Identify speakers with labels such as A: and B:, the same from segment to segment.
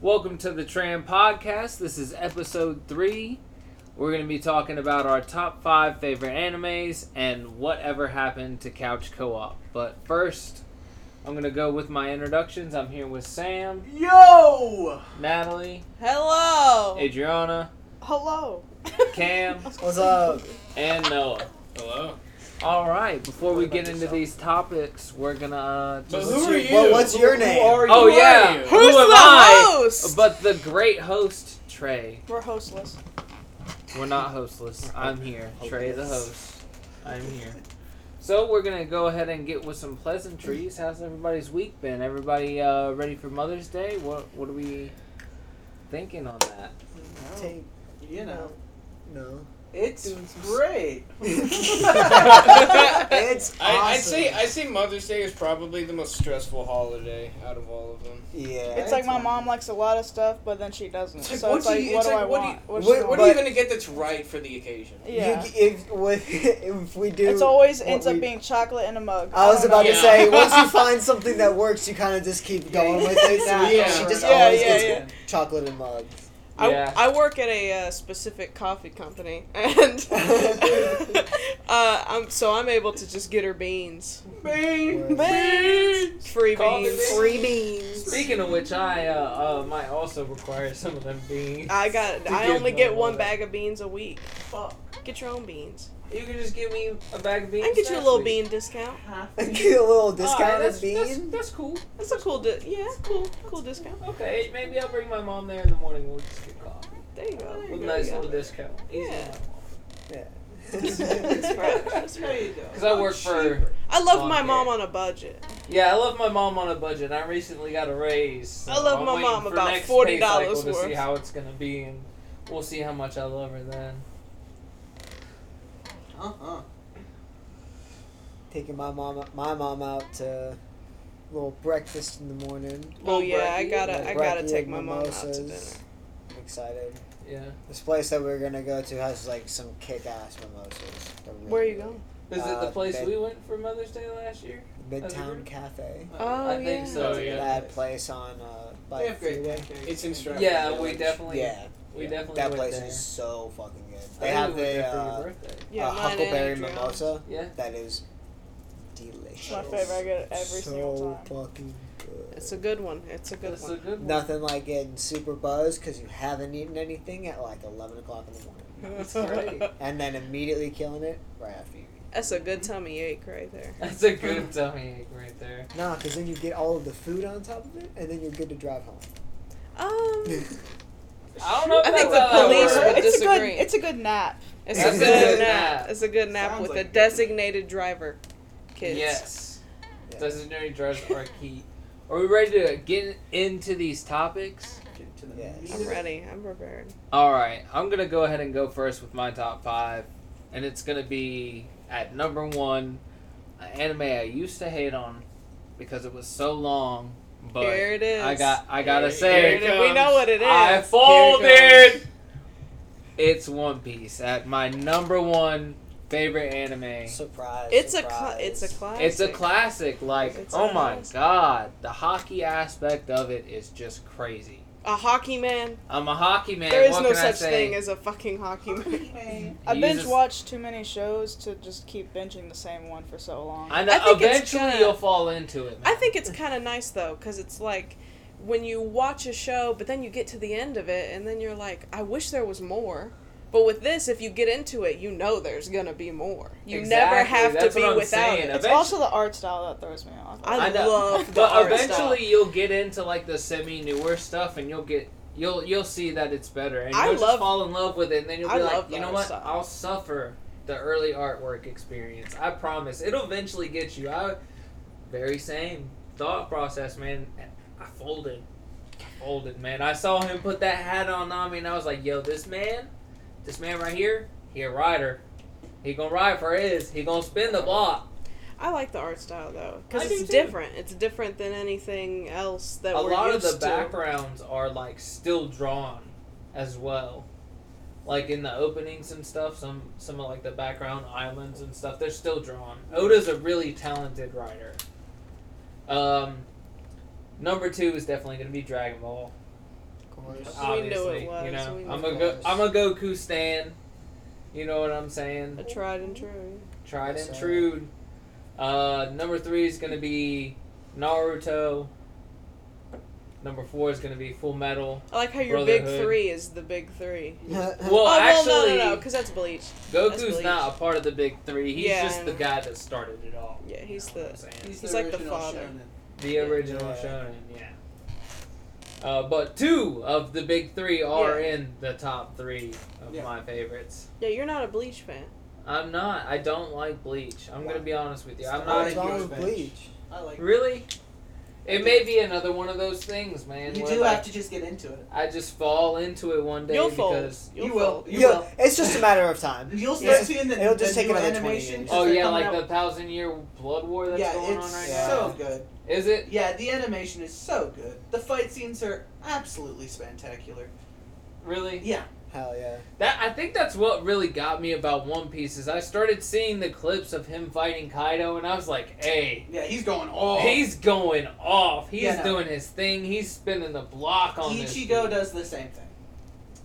A: Welcome to the Tram Podcast. This is episode three. We're going to be talking about our top five favorite animes and whatever happened to Couch Co op. But first, I'm going to go with my introductions. I'm here with Sam,
B: Yo!
A: Natalie,
C: Hello.
A: Adriana,
C: Hello.
A: Cam,
B: What's up?
A: and Noah.
D: Hello.
A: All right, before we get into these topics, we're going to. Uh,
D: But
A: just-
D: who are you?
B: Well, what's your
D: Who-
B: name?
D: Who are you?
A: Oh,
D: Who are
A: yeah.
D: you?
A: Who
C: Who's
A: am
C: the
A: I?
C: host?
A: But the great host, Trey.
C: We're hostless.
A: We're not hostless. I'm here. Trey, the
B: Hopeless.
A: host. I'm here. So we're gonna go ahead and get with some pleasantries. How's everybody's week been? Everybody uh, ready for Mother's Day? What What are we thinking on that?
B: Tank.
D: Oh, You know,
B: No.
D: it's great.
B: it's awesome.
D: I, I'd say I'd say Mother's Day is probably the most stressful holiday out of all of them.
B: yeah.
C: It's like my mom likes a lot of stuff, but then she doesn't.
D: It's like,
C: so
D: what,
C: it's
D: do
C: like,
D: you,
C: what
D: it's
C: do I
D: like, what do you,
C: want?
D: what,
C: do
D: what
C: I
D: are you
B: But-
D: gonna get that's right for the occasion?
C: want? Yeah.
B: You, if, with- if we do.
C: it's always
B: what
C: ends
B: we-
C: up being chocolate in a mug.
B: I was
C: don't
B: about to
D: Yeah.
B: say, once you find something that works, you kind of just keep going with it. So
D: Yeah.
B: She just
C: Yeah,
B: always
C: yeah,
B: gets
C: yeah.
B: chocolate and mug.
E: I,
A: Yeah.
E: I work at a uh, specific coffee company, and uh, I'm so I'm able to just get her beans,
D: Bing,
C: Bing.
E: free
D: Coffee
E: beans.
D: beans.
E: free beans.
A: Speaking of which, I uh, uh, might also require some of them beans.
E: I got.
A: To
E: I
A: give
E: only
A: them
E: get
A: all
E: one
A: that.
E: bag of beans a week.
D: Fuck.
E: Get your own beans.
A: You can just give me a bag of beans.
E: I can get you a
A: next
E: little
A: week.
E: bean discount.
B: Get a little
C: Oh,
A: Alright,
B: discount
A: that's-
B: of
A: that's-
B: bean.
A: That's cool.
E: That's a cool. Di- yeah, cool. Cool discount.
A: Okay, maybe I'll bring my mom there in the morning. We'll just get coffee.
E: There you go.
A: With a
E: There
A: nice
E: you go.
A: little discount. Easy
E: Yeah.
A: enough.
E: That's right. That's right.
A: Because I work for.
E: I love my
A: Okay.
E: mom on a budget.
A: Yeah, I love my mom on a budget. I recently got a raise. so
E: I love
A: I'm
E: my
A: waiting
E: mom
A: for
E: about
A: next
E: $40
A: pay cycle to see
E: worth.
A: how it's gonna be, and we'll see how much I love her then.
D: Uh-huh.
B: Taking my mom, my mom out to little breakfast in the morning.
E: Oh
A: Little
E: yeah, I
A: brekkie,
E: gotta.
B: little
E: I gotta
B: brekkie
E: take
B: and
E: my mom out to dinner.
B: mimosas. I'm excited.
A: Yeah.
B: This place that we are gonna go to has like some kick-ass mimosas. They're really
E: Where are you
B: good.
E: going?
A: Is it the
B: Uh,
A: place
B: they-
A: we went for Mother's Day last year?
B: Midtown Cafe.
E: Oh,
A: I think
E: yeah.
A: so.
D: Oh,
A: yeah.
D: yeah.
B: That place on uh, by
D: They
B: the
D: have great
B: freeway.
D: pancakes. It's in Stratford.
A: Yeah, we
D: Village.
A: definitely.
B: Yeah,
A: We
D: Yeah.
A: definitely
B: that
A: went
B: place
A: there.
B: is so fucking
A: I
B: good. They
A: think
B: have
A: we went
B: the
A: there for your
B: uh,
A: birthday.
E: Yeah,
B: uh,
E: mine and
B: huckleberry
E: Adrian's.
B: mimosa
A: Yeah.
B: that is delicious.
C: My favorite. I get it every
B: so
C: single time.
B: fucking good.
E: It's a good one. It's a good
A: That's a
E: one.
A: good one.
B: Nothing like getting super buzzed because you haven't eaten anything at like eleven o'clock in the morning,
A: That's great.
B: and then immediately killing it right after you. eat.
E: That's a good tummy ache right there.
A: That's a good tummy ache right there.
B: Nah, because then you get all of the food on top of it, and then you're good to drive home.
E: Um,
A: I don't know if
E: I
A: that's
E: think the
A: how that uh,
E: police
A: works.
E: would
C: It's a good.
E: disagree.
C: It's a good nap.
E: it's
A: That's
E: a good nap. It's a good nap
D: Sounds
E: with
D: like a
E: a
D: good
E: designated driver. Kids.
A: Yes.
B: Yeah.
A: Designated drugs are key. Are we ready to get into these topics?
D: Get to the
B: Yes.
D: meat.
E: I'm ready. I'm prepared.
A: All right, I'm gonna go ahead and go first with my top five, and it's gonna be at number one, an anime I used to hate on because it was so long, but
E: Here it is.
A: I got I gotta
D: Here-
A: say
D: here it
E: We know what it is.
A: I
D: Here it
A: folded.
D: comes.
A: It's One Piece at my number one favorite anime.
B: Surprise!
E: it's a cla
B: surprise.
E: it's a classic.
A: It's a classic. Like,
E: It's a
A: oh my
E: classic.
A: god, the hockey aspect of it is just crazy.
E: A hockey man.
A: I'm a hockey man.
E: there is
A: what
E: no
A: can I
E: such
A: say?
E: thing as a fucking hockey man.
C: I
A: He
C: binge
A: uses-
C: watch too many shows to just keep binging the same one for so long.
A: I know.
E: I think it's
A: eventually,
E: gonna-
A: you'll fall into it. Man.
E: I think it's kind of nice though, because it's like when you watch a show, but then you get to the end of it, and then you're like, I wish there was more. But with this, if you get into it, you know there's gonna be more. You never
A: Exactly,
E: have
A: that's
E: to be
A: what I'm
E: without
A: saying.
E: it.
C: it's
A: eventu-
C: also the art style that throws me off.
E: I
A: know.
E: love the
A: But
E: art style.
A: eventually, you'll get into like the semi newer stuff, and you'll get you'll you'll see that it's better, and you'll
E: I
A: just
E: love-
A: fall in love with it, and then you'll be
E: I
A: like,
E: love
A: you know
E: that
A: what?
E: style.
A: I'll suffer the early artwork experience. I promise, it'll eventually get you. I very same thought process, man. I folded, I folded, man. I saw him put that hat on Nami, and I was like, yo, this man, this man right here, he a rider. He gonna ride for his. He gonna spin the block.
E: I like the art style though,
A: I
E: because
A: do,
E: it's
A: too.
E: different. It's different than anything else that
A: a
E: we're
A: lot of
E: used
A: the
E: to.
A: backgrounds are like still drawn as well like in the openings and stuff some some of like the background islands and stuff they're still drawn oda's a really talented writer um number two is definitely going to be dragon ball
B: was.
E: We knew
A: Obviously,
E: it was,
A: You know,
E: we knew
A: I'm
B: it
A: a go-
B: was.
A: I'm a Goku stan. You know what I'm saying?
E: A tried and true.
A: Tried
B: Yes,
A: and
B: sir.
A: true. Uh, number three is gonna be Naruto. Number four is gonna be Full Metal.
E: I like how your big
A: Brotherhood.
E: three is the big three.
A: Well,
E: oh,
A: actually,
E: well, no, no, no, because that's Bleach.
A: Goku's
E: that's Bleach.
A: not a part of the big three. He's
E: Yeah,
A: just
E: I
A: the
E: know.
A: guy that started it all.
E: Yeah,
A: You
E: he's
A: know what
E: the-
A: I'm saying?
E: He's like the
F: original
E: father.
F: shonen.
A: The original
B: Yeah.
A: Shonen, yeah. Uh, but two of the big three are
E: Yeah.
A: in the top three of
F: Yeah.
A: my favorites.
E: Yeah, you're not a Bleach fan.
A: I'm not. I don't like Bleach. I'm gonna be honest with you. I'm
F: Why?
A: not.
B: What's wrong with
F: Revenge.
B: Bleach?
F: I like.
A: Really? It may be another one of those things, man.
F: You
A: where,
F: do
A: like,
F: have to just get into it.
A: I just fall into it one day
E: You'll fold.
A: because.
E: You'll
F: You will.
E: fold.
F: You
B: Yo,
F: will.
B: It's just a matter of time.
F: You'll
E: Yeah.
F: start seeing the.
B: It'll just
F: the
B: take
F: new
B: another 20
F: animations.
B: years.
A: Oh
F: that
A: yeah,
F: come
A: like
F: out.
A: the thousand year blood war that's
F: yeah,
A: going
F: it's
A: on right now.
B: yeah.
F: so good.
A: Is it?
F: Yeah, the animation is so good. The fight scenes are absolutely spectacular.
A: Really?
F: Yeah,
B: Hell yeah.
A: That I think that's what really got me about One Piece is I started seeing the clips of him fighting Kaido and I was like, hey,
F: yeah, he's going all.
A: he's going off. He's
F: Oh. Yeah, no.
A: doing his thing. He's spinning the block on this.
F: Ichigo
A: dude."
F: does the same thing.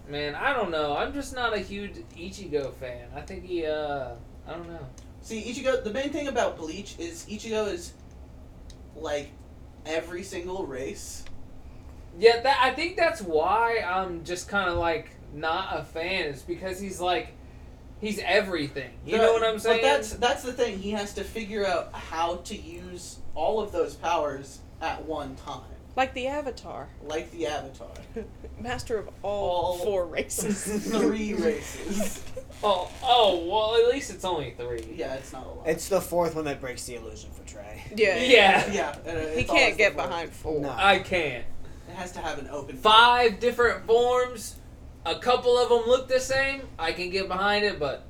A: Man, I don't know. I'm just not a huge Ichigo fan. I think he, uh, I don't know.
F: See, Ichigo. The main thing about Bleach is Ichigo is like every single race.
A: Yeah, that I think that's why I'm just kind of like not a fan. Is because he's like, he's everything. You
F: The-
A: know what I'm saying?
F: But that's that's the thing. He has to figure out how to use all of those powers at one time,
E: Like the Avatar,
F: like the Avatar.
E: master of all,
F: All-
E: four races.
F: Three races.
A: oh, oh, well, at least it's only three.
F: Yeah, it's not a lot.
B: It's the fourth one that breaks the illusion for Trey.
E: Yeah.
A: Yeah.
F: yeah, and it-
E: He
F: it's
E: can't
F: always
E: get
F: the first.
E: behind four.
B: No.
A: I can't.
F: It has to have an open
A: five different forms. A couple of them look the same. I can get behind it, but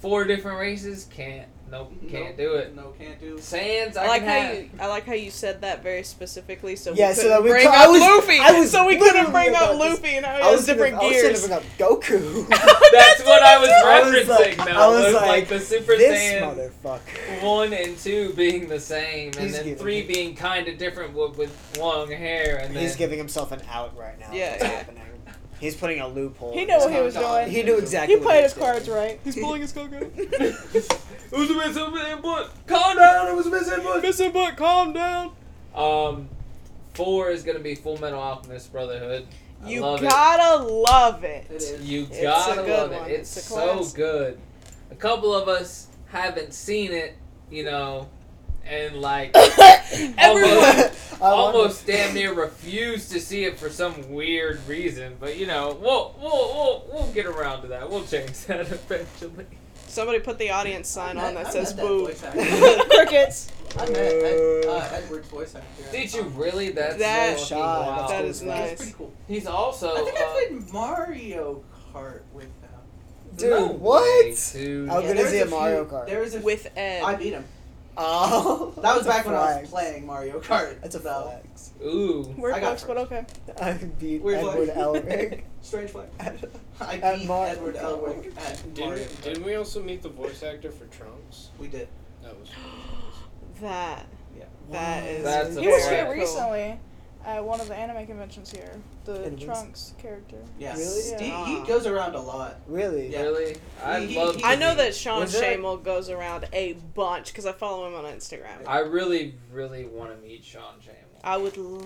A: four different races can't. Nope, can't
F: Nope.
A: do it.
F: No, can't do.
A: Sands, I,
E: I like
A: can
E: how
A: have.
E: you I like how you said that very specifically so
B: Yeah,
E: we
B: so
E: couldn't
B: that we
E: bring
B: cou- I
E: up
B: was-
E: Luffy.
B: I was
E: so we couldn't
B: literally
E: bring up
B: about to-
E: Luffy and I was different
B: gonna,
E: gears.
B: I was gonna bring up Goku.
A: That's what I was
B: I was
A: referencing.
B: like-
A: though.
B: I was
A: was like,
B: like,
A: the Super
B: this
A: Saiyan
B: motherfucker.
A: one and two being the same, and
B: He's
A: then
B: giving
A: three
B: it.
A: being kind of different with, with long hair, and
B: He's
A: then
B: giving himself an out right now.
E: Yeah,
B: It's
E: yeah.
B: happening. He's putting a loophole.
E: He
B: in
E: knew
B: his
E: what he was
B: contract.
E: doing.
B: He knew exactly.
E: he
B: what
E: played
B: was
E: his cards
B: doing.
E: right. He's pulling his Goku.
A: it was a missing input. Calm down. It was a missing input.
E: Missing but calm down.
A: Um, four is gonna be Full Metal Alchemist Brotherhood. I
E: You
A: love it.
E: gotta love it.
F: It is.
A: You
E: It's a
A: gotta
E: good
A: love
E: one.
A: it. It's,
E: It's a
A: so
E: classic.
A: good. A couple of us haven't seen it, you know, and like almost,
E: Everyone
B: I wonder-
A: almost damn near refused to see it for some weird reason. But you know, we'll we'll we'll, we'll get around to that. We'll change that eventually.
E: Somebody put the audience sign
F: I
E: on
F: met-
E: that
F: I
E: says
F: met
E: boo.
F: voice actor.
E: Crickets.
F: I met Ed, uh, Edward's voice actor.
A: Did you really? That's
E: That-
A: so fucking
B: Shot.
A: wild.
E: That is
F: He's
E: nice.
F: pretty cool.
A: He's also.
F: I think
A: uh,
F: I played Mario Kart with him.
B: Dude,
A: no
B: what?
A: way, dude.
B: How
F: there
B: good is
F: was
B: he
F: a
B: at Mario
F: few-
B: Kart?
F: There was a
E: With Ed.
F: I beat him.
B: Oh,
F: That was
B: that's a
F: back when I was
B: flex.
F: playing Mario Kart.
B: That's a
F: though.
B: flex.
A: Ooh.
E: We're
F: I got
E: close, but okay.
B: I beat
F: Weird
B: Edward
F: flex.
B: Elric.
F: Strange flex. I
B: At
F: beat
B: Mario
F: Edward
B: Kart.
F: Elric at Mario
D: Didn't,
F: Kart.
D: didn't we also meet the voice actor for Trunks?
F: We did.
D: That was.
E: That.
F: Yeah.
E: That is.
A: That's a
C: He was
A: Very
C: here
A: cool.
C: recently at one of the anime conventions here. The
B: Anime?
C: Trunks character.
F: Yeah.
B: Really?
F: He-
E: Yeah.
F: He goes around a lot.
B: really?
F: Yeah.
A: Really? I
F: He-
A: love.
F: he-
E: I know that Sean
B: Was that-
E: Shamel goes around a bunch because I follow him on Instagram.
A: I really, really want to meet Sean Shamel.
E: I would love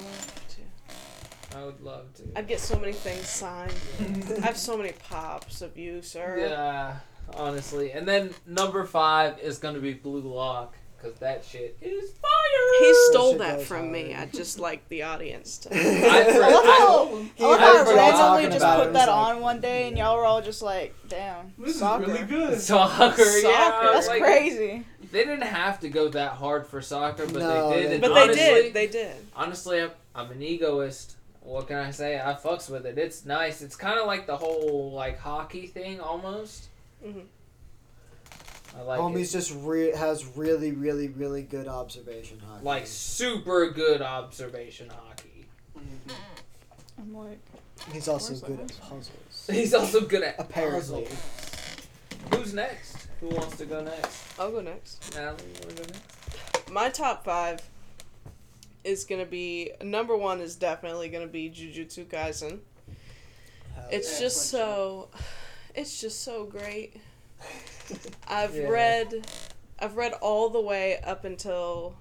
E: to.
A: I would love to.
E: I'd get so many things signed. I have so many pops of you, sir.
A: Yeah, honestly. And then number five is gonna be Blue Lock because that shit is fire.
E: He
B: That
E: stole
B: shit
E: that
B: goes
E: from me. I
B: hard.
E: just like the audience to.
B: I
A: love how-
B: He-
C: I
A: I
C: love how
A: forgot talking
C: I randomly just
A: about it.
C: put that
B: It was
C: on
B: like-
C: one day and y'all were all just like, damn.
F: This
C: soccer.
F: is really good.
A: soccer. Yeah, I
E: Soccer,
A: was
C: That's
A: like,
C: crazy.
A: They didn't have to go that hard for soccer, but
B: No,
A: they did.
B: they
A: and
E: But they
A: honestly,
E: did. They did.
A: honestly, I'm, I'm an egoist. What can I say? I fucks with it. It's nice. It's kind of like the whole like hockey thing almost.
E: Mhm.
A: I like it.
B: Homie's just re- has really, really, really good observation hockey.
A: like super good observation hockey.
C: I'm like,
B: he's also
C: Where's the
B: good at
C: house?
B: puzzles.
A: He's also good at
B: Apparently.
A: puzzles. Who's next? Who wants to go next?
E: I'll go next.
A: Natalie, you wanna go next?
E: My top five is gonna be number one is definitely gonna be Jujutsu Kaisen. It's
F: Yeah,
E: just
F: French
E: so, it's just so great. I've
A: Yeah.
E: read, I've read all the way up until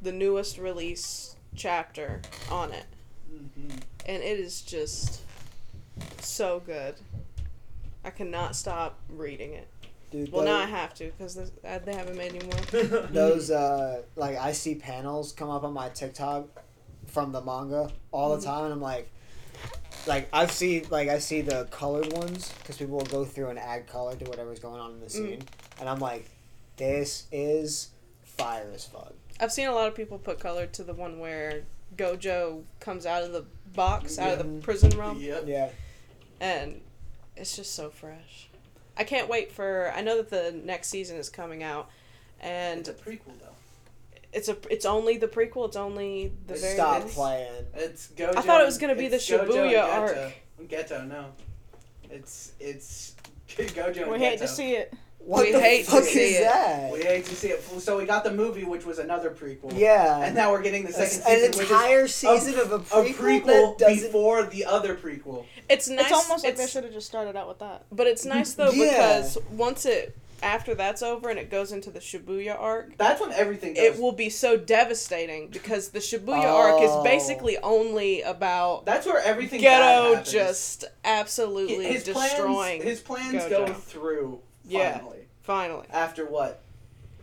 E: the newest release chapter on it,
F: Mm-hmm.
E: and it is just so good. I cannot stop reading it.
B: Dude,
E: Well, now I
B: those,
E: have to because they haven't made any more.
B: those uh, like I see panels come up on my TikTok from the manga all the time, and I'm like, like I've seen like I see the colored ones because people will go through and add color to whatever's going on in the scene, and I'm like, this is fire as fuck.
E: I've seen a lot of people put color to the one where Gojo comes out of the box, out of
B: Yeah.
E: the prison realm.
F: Yep.
B: Yeah,
E: and it's just so fresh. I can't wait for. I know that the next season is coming out,
F: It's a
E: and
F: prequel though.
E: it's a. It's only the prequel. It's only the very.
B: stop
E: beginning.
B: playing.
F: It's Gojo.
E: I thought it was gonna be
F: it's
E: the
F: Gojo and
E: Shibuya
F: Geto. Geto, no. It's it's Gojo.
C: We
F: and
C: hate
F: Geto.
C: to see it.
B: What
E: We
B: the
E: hate to
B: fuck
E: see
B: is
E: it.
B: that?
F: We hate to see it. So we got the movie, which was another prequel.
B: Yeah,
F: And now we're getting the
B: A s-
F: second
B: an
F: season, which is
B: entire season of a
F: a
B: prequel,
F: prequel
B: that doesn't.
F: before the other prequel.
E: It's nice.
C: it's almost like they
E: it's-
C: should have just started out with that.
E: But it's nice though
B: Yeah.
E: because once it after that's over and it goes into the Shibuya arc,
F: That's when everything goes.
E: it will be so devastating because the Shibuya arc is
B: Oh.
E: basically only about
F: That's where everything bad
E: Ghetto
F: happens.
E: just absolutely
F: his
E: destroying.
F: Plans, his plans
E: Gojo.
F: go through
E: Yeah.
F: finally.
E: finally,
F: After what?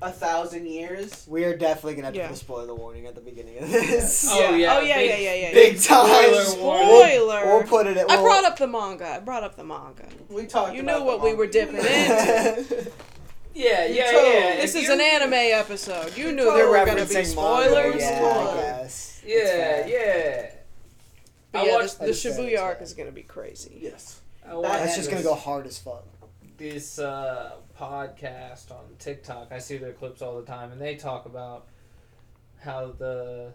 F: A thousand years?
B: We are definitely gonna have to
E: Yeah.
B: put a spoiler warning at the beginning of this.
A: Oh, yeah,
E: oh yeah,
A: big-
E: yeah, yeah, yeah, yeah.
B: Big time
A: Spoiler warning.
E: Spoiler.
B: We'll put it. At,
E: I
B: we'll,
E: brought up the manga. I brought up the manga.
F: We talked.
E: You
F: about
E: know
F: the
E: what we
F: manga.
E: were dipping
B: into.
A: Yeah,
F: You
A: yeah,
F: told-
A: yeah.
E: This
A: If
E: is
A: you-
E: an anime episode. You knew
B: We're
E: there were going to be
B: referencing
E: spoilers.
B: manga, yeah,
E: come
B: I
E: on.
B: guess. It's
A: Yeah,
B: fair.
A: yeah.
E: But
A: I
E: yeah,
A: watched
E: the,
B: I
E: the
B: just said it's
E: Shibuya arc
B: bad.
E: is going to be crazy.
F: Yes.
A: I
B: That's just gonna
A: watched
B: go hard as fuck.
A: This uh, podcast on TikTok. I see their clips all the time, and they talk about how the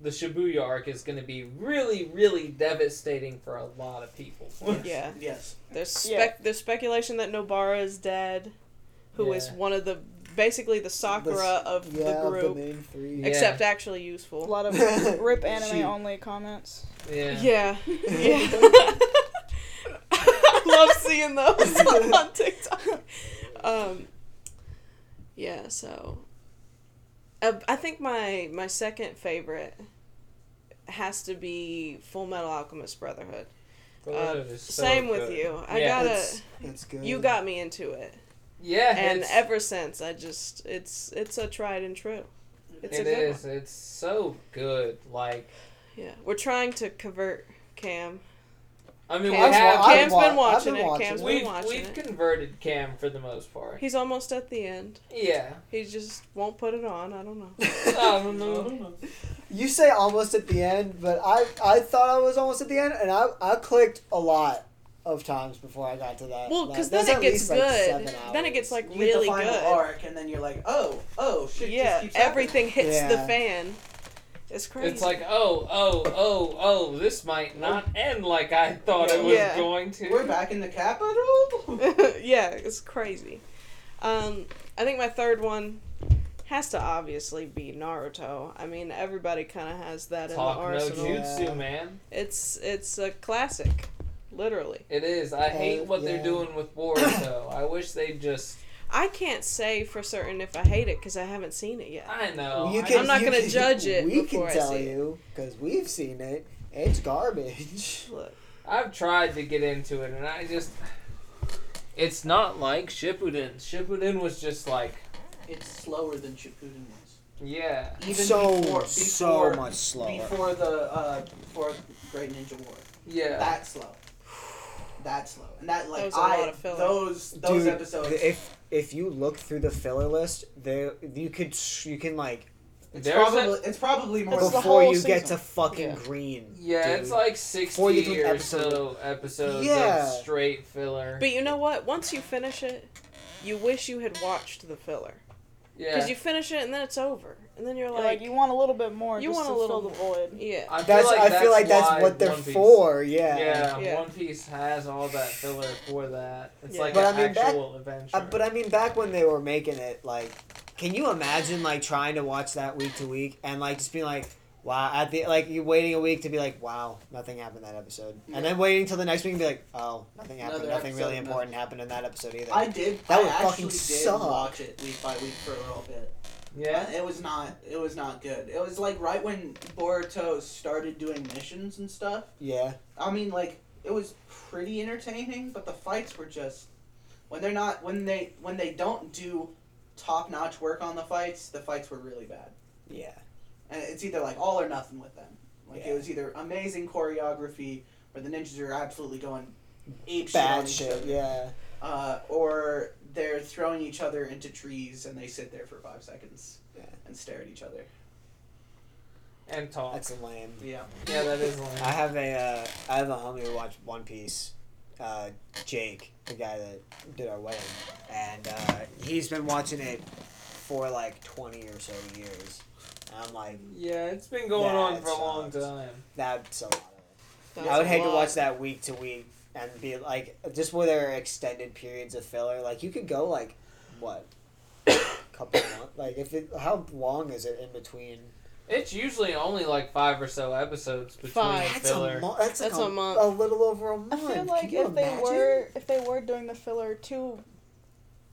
A: the Shibuya arc is going to be really, really devastating for a lot of people.
E: Yeah.
F: Yes.
E: There's spec.
C: Yeah.
E: There's speculation that Nobara is dead, who is
A: Yeah.
E: one of the basically the Sakura
B: s-
E: of
B: yeah,
E: the group,
B: the main three.
A: Yeah.
E: except actually
C: A
E: useful.
C: lot of rip anime
B: She-
C: only comments.
A: yeah.
E: Yeah. Yeah. I love seeing those on TikTok. Um, yeah, so uh, I think my my second favorite has to be Full Metal Alchemist Brotherhood. Uh,
A: Brotherhood is so
E: Same with
A: good.
E: you. I
A: Yeah.
E: gotta.
B: It's, it's good.
E: You got me into it,
A: Yeah,
E: and
A: it's-
E: ever since I just it's it's a tried and true. It's
A: it
E: a good
A: is. It's so good. Like,
E: one. Yeah, we're trying to convert Cam.
A: I mean, we
E: Cam-
B: I've
A: have.
B: wa- I've
E: Cam's
B: wa-
E: been
B: I've
E: watching
B: been
E: it.
B: watching
E: Cam's
B: it.
E: been
A: We've,
E: watching
A: we've
E: it.
A: converted Cam for the most part.
E: He's almost at the end.
A: Yeah.
E: He just won't put it on. I don't know.
A: I
E: Um,
A: don't know.
B: You say almost at the end, but I I thought I was almost at the end, and I I clicked a lot of times before I got to that.
E: Well,
B: like,
E: because
B: that's
E: then it
B: at
E: gets
B: least, like,
E: good.
B: seven
E: then it gets
B: hours.
E: like
F: You get the
E: really
F: final
E: good.
F: arc, and then you're like, oh, oh, shit. just
E: yeah,
F: keeps happening.
E: everything hits the
B: Yeah.
E: fan. It's crazy.
A: It's like, oh, oh, oh, oh, this might not end like I thought it was
E: Yeah.
A: going to.
F: We're back in the capital.
E: yeah, it's crazy. Um, I think my third one has to obviously be Naruto. I mean, everybody kind of has that
A: Talk
E: in the
A: no
E: arsenal.
A: jutsu,
B: Yeah.
A: man.
E: It's it's a classic, literally.
A: It is. I hate
B: Uh,
A: what
B: yeah.
A: they're doing with Boruto. I wish they just.
E: I can't say for certain if I hate it because I haven't seen it yet.
A: I know.
B: You
A: Oh, I-
B: can,
E: I'm not
B: you
E: gonna
B: can-
E: judge it
B: We
E: before
B: can
E: I
B: tell
E: see it.
B: you because we've seen it. It's garbage.
E: Look,
A: I've tried to get into it, and I just. It's not like Shippuden. Shippuden was just like,
F: it's slower than Shippuden was.
A: yeah.
F: Even
B: so
F: before,
B: so
F: before-
B: much slower.
F: Before the uh, before Great Ninja War.
A: Yeah.
F: That slow. That slow. And that like
E: That was a
F: I
E: lot of filler.
F: those those
B: Dude,
F: episodes.
B: If if you look through the filler list, there you could sh- you can like
F: it's
A: There's a-
F: probably it's probably more.
C: That's the
B: before
C: whole
B: you get to
C: season.
B: fucking
E: Yeah.
B: green.
A: yeah,
B: dude.
A: it's like 60
B: Before you do an
A: or
B: episode.
A: so episodes
B: Yeah.
A: of straight filler.
E: but you know what? Once you finish it, you wish you had watched the filler.
A: yeah.
E: Because you finish it and then it's over. And then you're
C: You're Like,
E: like,
C: you want a little bit more.
E: You
C: just
E: want
C: to
E: a little
C: fill the void.
E: yeah.
A: I feel
B: that's
A: like
B: I
A: that's
B: feel like that's
A: why
B: what they're
A: One Piece-
B: for. Yeah.
A: Yeah,
E: Yeah.
A: One Piece has all that filler for that. It's
E: Yeah.
A: like
B: But
A: an
B: I mean, back-
A: actual adventure.
B: Uh, but I mean, back when they were making it, like, can you imagine like trying to watch that week to week and like just being like, wow, at the like you waiting a week to be like, wow, nothing happened that episode,
F: Yeah.
B: and then waiting till the next week and be like, oh, nothing happened,
F: Another
B: nothing really
F: episode,
B: important happened in that episode either.
F: I did.
B: That
F: I
B: would fucking
F: actually did
B: suck.
F: watch it week by week for a little bit.
A: Yeah.
F: Uh, It was not. It was not good. It was like right when Boruto started doing missions and stuff.
B: yeah,
F: I mean, like it was pretty entertaining, but the fights were just when they're not when they when they don't do top notch work on the fights, the fights were really bad.
B: yeah,
F: And it's either like all or nothing with them. Like
B: Yeah.
F: it was either amazing choreography where the ninjas are absolutely going ape shit on
B: bad
F: each
B: shit.
F: other,
B: Yeah,
F: uh, or they're throwing each other into trees and they sit there for five seconds
B: Yeah.
F: and stare at each other.
A: And talk.
B: that's lame.
F: Yeah.
A: yeah, that is
B: I
A: lame.
B: have a uh, I have a homie who watched One Piece, uh, Jake, the guy that did our wedding, and uh, he's been watching it for like twenty or so years. And I'm like,
A: Yeah, it's been going on
B: That
A: for a long
B: sucks.
A: time.
B: that's a lot. Of it.
E: That's
B: I would
E: a
B: hate to
E: lot.
B: watch that week to week and be like, just where there are extended periods of filler. Like you could go like, what, couple months? Like if it, how long is it in between?
A: It's usually only like five or so episodes between
E: Five.
B: That's
A: filler.
B: a month. That's, like
E: That's a month.
B: A little over a month.
C: I feel
B: Can
C: like
B: you
C: if they
B: imagine?
C: were if they were doing the filler to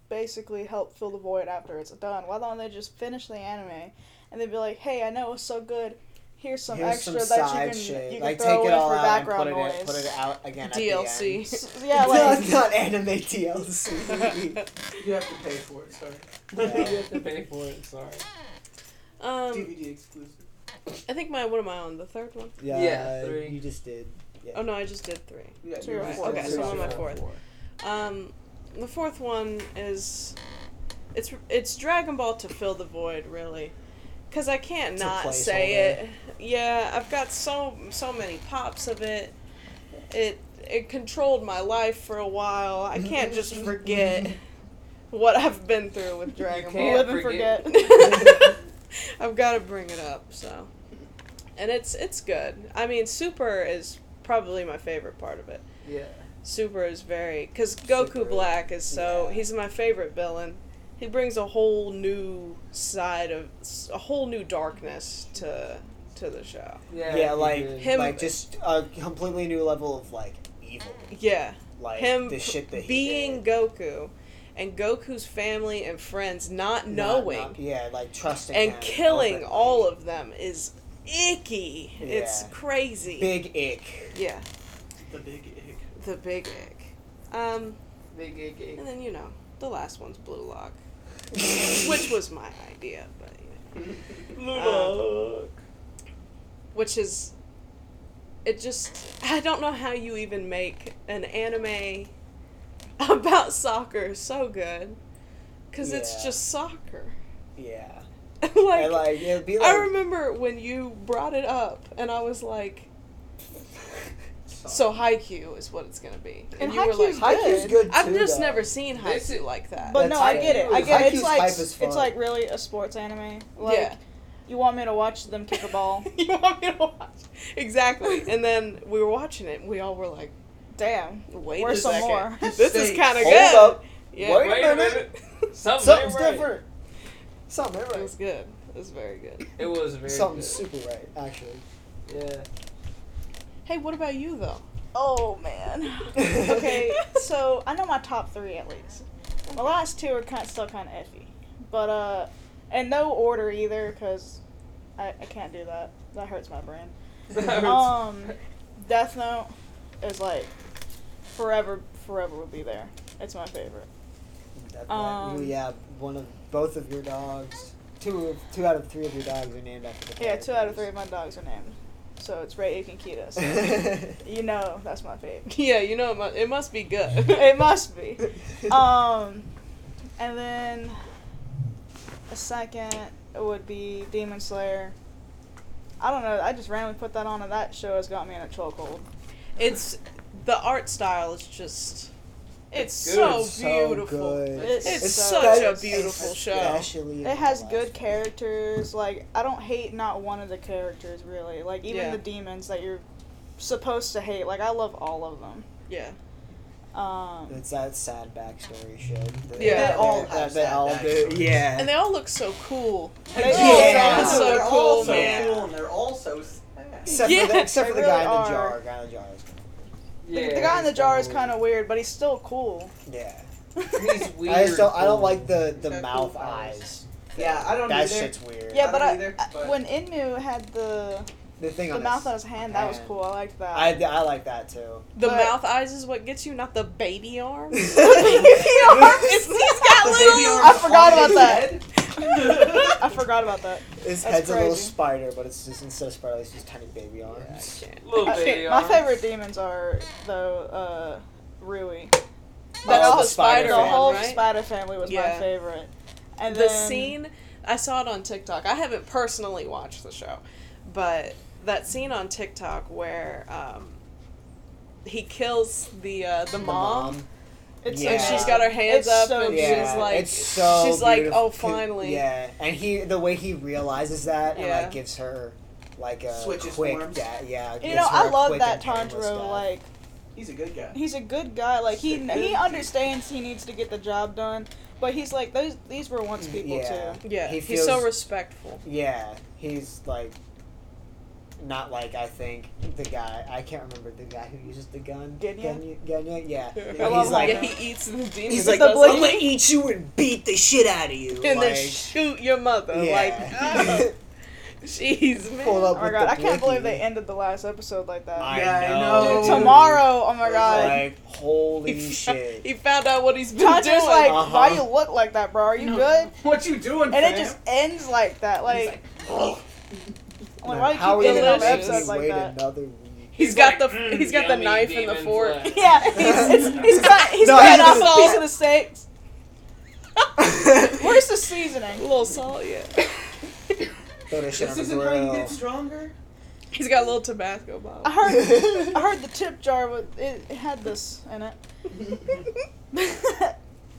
C: basically help fill the void after it's done, why don't they just finish the anime and they'd be like, "Hey, I know it was so good. Here's some
B: Here's
C: extra
B: some
C: that
B: side
C: you can
B: shit.
C: you can
B: like
C: throw
B: take it
C: in
B: all
C: for
B: out and put
C: background
B: it
C: noise."
B: in, put it out again. At the end.
E: DLC.
C: S- yeah,
B: no,
C: like
B: it's not anime DLC.
F: You have to pay for it, sorry.
A: you
B: Yeah.
A: have to pay for it. Sorry.
E: Um,
F: DVD exclusive.
E: I think my what am I on? The third one?
B: yeah,
A: Yeah, three.
B: you just did.
E: Oh no, I just did three.
F: Yeah,
C: Two
F: you
C: or
F: have to
C: four.
F: pay
E: Okay,
F: for
E: so
F: it.
E: I'm at fourth. Um, the fourth one is it's it's Dragon Ball to fill the void, really, because I can't
B: It's a
E: not say
B: placeholder.
E: it. Yeah, I've got so so many pops of it. It it controlled my life for a while. I can't just forget what I've been through with Dragon Ball.
A: can't
C: live and
A: forget.
C: forget.
E: I've got to bring it up. So, and it's it's good. I mean, Super is probably my favorite part of it.
A: Yeah.
E: Super is very because Goku
B: Super,
E: Black is so
B: yeah.
E: he's my favorite villain. He brings a whole new side of a whole new darkness to to the show.
A: Yeah.
B: Yeah, like
E: Him-
B: like just a completely new level of like evil.
E: Yeah,
B: Like
E: him
B: the shit that he
E: being
B: did.
E: Goku and Goku's family and friends not
B: Not-
E: knowing
B: not- yeah, like trusting
E: and
B: him
E: killing
B: openly.
E: all of them is icky. It's
B: Yeah.
E: crazy.
B: big ick.
E: Yeah,
F: The big ick.
E: the big ick. Um,
A: Big, big, big.
E: and then you know the last one's Blue Lock, which was my idea, but. You know.
B: Uh,
E: which is it just I don't know how you even make an anime about soccer so good cuz it's
B: Yeah.
E: just soccer.
B: Yeah,
E: like,
B: and like it'd be like
E: I remember when you brought it up and I was like so Haikyuu is what it's going to be. And,
C: And
E: you were like
C: Haikyuu's
B: Haikyuu's good.
E: I've
B: too,
E: just
B: though.
E: never seen
A: This
E: Haikyuu
A: is-
E: like that.
C: But
B: That's
C: no,
B: hype.
C: I get it. I get it.
B: Haikyuu's
C: It's like
B: hype is fun.
C: it's like really a sports anime. Like
E: Yeah.
C: you want me to watch them kick a ball?
E: you want me to watch? Exactly. And then we were watching it and we all were like,
C: Damn.
E: wait
C: Where's
E: a
C: some
E: second.
C: more?
E: This is kind of
B: Hold
E: good.
B: up,
E: Yeah.
B: Wait a
A: Wait a
B: minute.
A: minute. Something ain't
B: something's
A: right.
B: different. Something ain't
E: It
B: right.
E: was good. It was very good.
A: It was very
B: Something
A: good.
B: super right, actually.
A: Yeah.
E: Hey, what about you though?
C: Oh man. okay, so I know my top three at least. My last two are kind still kind of iffy, but uh, and no order either because I, I can't do that. That hurts my brain. Um, Death Note is like forever, forever will be there. It's my favorite.
B: That- that-
C: Um,
B: yeah, one of both of your dogs. Two of two out of three of your dogs are named after the.
C: Yeah, two out of three of my dogs are named, so it's Ryuk and Kita. So
B: characters.
C: you know that's my favorite.
E: Yeah, you know it must, it must be good.
C: it must be. um, and then a second would be Demon Slayer. I don't know. I just randomly put that on, and that show has got me in a chokehold.
E: It's the art style is just it's,
A: It's
E: so
A: good.
B: So
E: oh, beautiful.
B: good.
C: It's
E: It's
B: Espe-
E: such a
B: it's
E: beautiful show.
B: especially in
C: It has
B: the
C: good
B: last-
C: characters. Like I don't hate not one of the characters really. Like even
E: Yeah.
C: the demons that you're supposed to hate. Like I love all of them.
E: Yeah.
C: Um,
B: It's that sad backstory shit. that-
E: Yeah.
B: that
E: They
F: all
B: that-
F: have
B: they
F: sad
B: all do.
F: backstories.
B: Yeah.
E: And they all look so cool.
C: they
B: Yeah.
E: so
F: they're all
E: cool,
F: so
E: man.
F: cool, and they're all
B: Except for the,
E: Yeah,
B: except for the
C: they
B: guy
C: really
B: in the
C: are.
B: jar. Guy in the jar. is-
A: Yeah,
C: the guy in the jar is
A: he's
C: kind of weird, but he's still cool.
B: Yeah.
A: He's weird.
B: I just don't. I don't
A: cool.
B: like the the
F: He's got
B: mouth
F: cool powers.
B: eyes.
F: Yeah, I don't
B: That
F: either.
B: shit's weird.
C: yeah,
F: I
C: but,
F: don't
C: I,
F: either,
C: I-
F: but-
C: when Inmu had the
B: The thing
C: the
B: on
C: mouth
B: his,
C: on his hand, that was
B: hand.
C: cool. I liked that.
B: I, I like that too.
E: The
C: But-
E: mouth eyes is what gets you, not the baby arms.
C: It's- he's got
F: The
C: little.
F: baby
C: I
F: arms
C: forgot
F: on
C: about
F: his
C: that.
F: head.
C: I forgot about that.
B: His
C: That's
B: head's a little
C: crazy.
B: spider, but it's just instead of spider, it's just tiny baby arms.
A: Little
E: Oh,
C: I-
A: baby
C: my
A: arms.
C: favorite demons are though uh, Rui.
E: That's
C: Oh,
E: the spider,
C: the
B: spider
C: The
B: fan,
E: one,
C: whole
E: right?
C: spider family was
E: Yeah.
C: my favorite. And
E: the
C: then-
E: scene I saw it on TikTok. I haven't personally watched the show, but that scene on TikTok where um, he kills the uh, the,
B: The
E: mom,
B: mom.
C: It's
B: Yeah.
E: and she's got her hands
C: It's
E: up
C: so
E: and
C: cute.
E: she's
B: Yeah,
E: like
B: it's so
E: she's like
B: beautiful.
E: oh finally
B: Yeah, and he the way he realizes that and
E: Yeah.
B: like gives her like a
F: Switches
B: quick
F: forms.
B: da- yeah.
C: You
B: gives
C: know,
B: her
C: I
B: a
C: love
B: quick
C: that
B: and painless
C: Tanjiro.
B: death.
C: Like
F: He's a good guy.
C: he's a good guy. Like he
F: He's a good
C: he understands he needs to get the job done, but he's like those these were once people
B: Mm, Yeah.
C: too.
E: yeah
B: He
E: he's so
B: feels-
E: respectful.
B: yeah, he's like not like I think the guy I can't remember the guy who uses the gun.
C: Genya?
B: Genya, Genya? yeah.
E: Yeah.
B: But
C: I love
B: he's like
E: yeah, he eats the demon.
B: he's
E: that
B: like
E: does
C: the
B: I'm
E: all-
B: gonna eat you and beat the shit out of you.
E: and
B: like,
E: then shoot your mother.
B: yeah.
E: Like, jeez, man.
B: Pull
C: Oh
B: up
C: my
B: with
C: god,
B: the
C: I can't believe
B: blicky.
C: they ended the last episode like that.
B: I
F: Yeah, I
B: know.
F: know.
C: Dude, tomorrow, oh my
F: It's
C: god.
B: Like holy
E: He, fou-
B: shit.
E: he found out what he's been
C: Tanjiro's
E: doing.
C: like,
B: Uh-huh.
C: why you look like that, bro? Are you
F: No.
C: good?
F: What you doing,
C: And it
F: fam?
C: just ends like that. Like,
F: like,
C: I'm like,
B: Like,
C: why do
B: how
C: you
B: are
C: keep
B: you gonna
C: getting up
E: another
B: make
C: episodes
B: me
C: like
B: wait
C: that?
B: another week?
E: he's got
A: like,
E: the
A: "Mm,
E: he's got the
A: yummy
E: knife and the
A: demon
E: fork.
A: flesh."
C: Yeah, he's, it's, he's got he's
B: No,
C: got
B: he
C: off
E: just-
C: a piece of the steak. Where's the
E: A
C: seasoning?
E: little salt, yeah.
B: Throw that shit
F: This
B: on the
F: isn't how you
B: grill.
F: get stronger.
E: He's got a little Tabasco bottle.
C: I heard I heard the tip jar was it, it had this in it.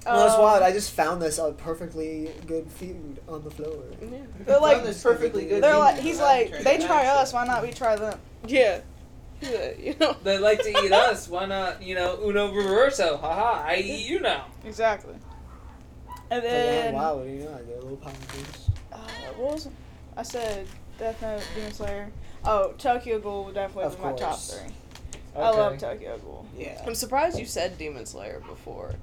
B: No, that's
C: Um,
B: wild. I just found this uh, perfectly good food on the floor.
E: yeah.
C: They're like
F: Brother's perfectly good.
C: they're
F: demon
C: like
F: for
C: he's
F: that
C: like
F: trade.
C: they try us, why not we try them?
E: yeah. He's a- You know.
A: They like to eat us. Why not, you know, uno reverso? Haha, I eat you now.
C: Exactly.
B: It's like, man,
C: And then
B: wow, what do you know? I got a little pop of juice.
C: uh, what was it? I said Death Note, Demon Slayer. Oh, Tokyo Ghoul would definitely
B: Of
C: be my top
B: course.
C: three. I love
B: Okay.
C: Tokyo Ghoul.
B: Yeah.
E: I'm surprised you said Demon Slayer before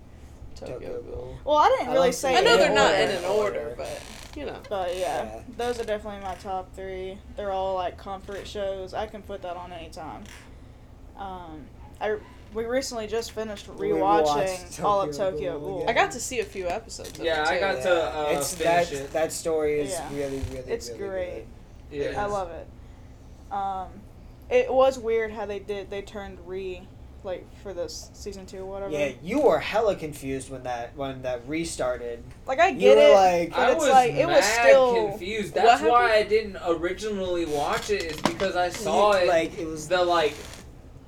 E: Tokyo
B: Tokyo
E: Ghoul.
B: Ghoul.
C: Well, I didn't
B: I
C: really
B: don't
C: say
E: I
B: think
E: know
B: in
E: they're not in an
B: order.
E: order, but you know.
C: But yeah,
B: Yeah.
C: those are definitely my top three. They're all like comfort shows. I can put that on any time. Um, I we recently just finished
B: We
C: rewatching
B: watched
C: all of
B: Tokyo
C: Tokyo
B: Ghoul
C: Ghoul.
E: I got to see a few episodes. Of
A: Yeah,
E: it
A: I
E: too.
A: got to, uh,
B: it's
A: finish
B: that
A: it.
B: that story is
C: Yeah.
B: really really.
C: It's
B: really
C: great.
A: Yeah.
C: I love it. Um, it was weird how they did. They turned re, like for this season two or
B: good.
C: whatever.
B: Yeah, you were hella confused when that when that restarted.
C: Like I
B: You
C: get
B: were
C: it,
B: like-
C: but
A: I
C: it's
A: was
C: like it was
A: mad
C: still.
A: confused.
E: What
A: That's
E: happened?
A: why I didn't originally watch it. Is because I saw
B: You-
A: it
B: like it was.
A: the like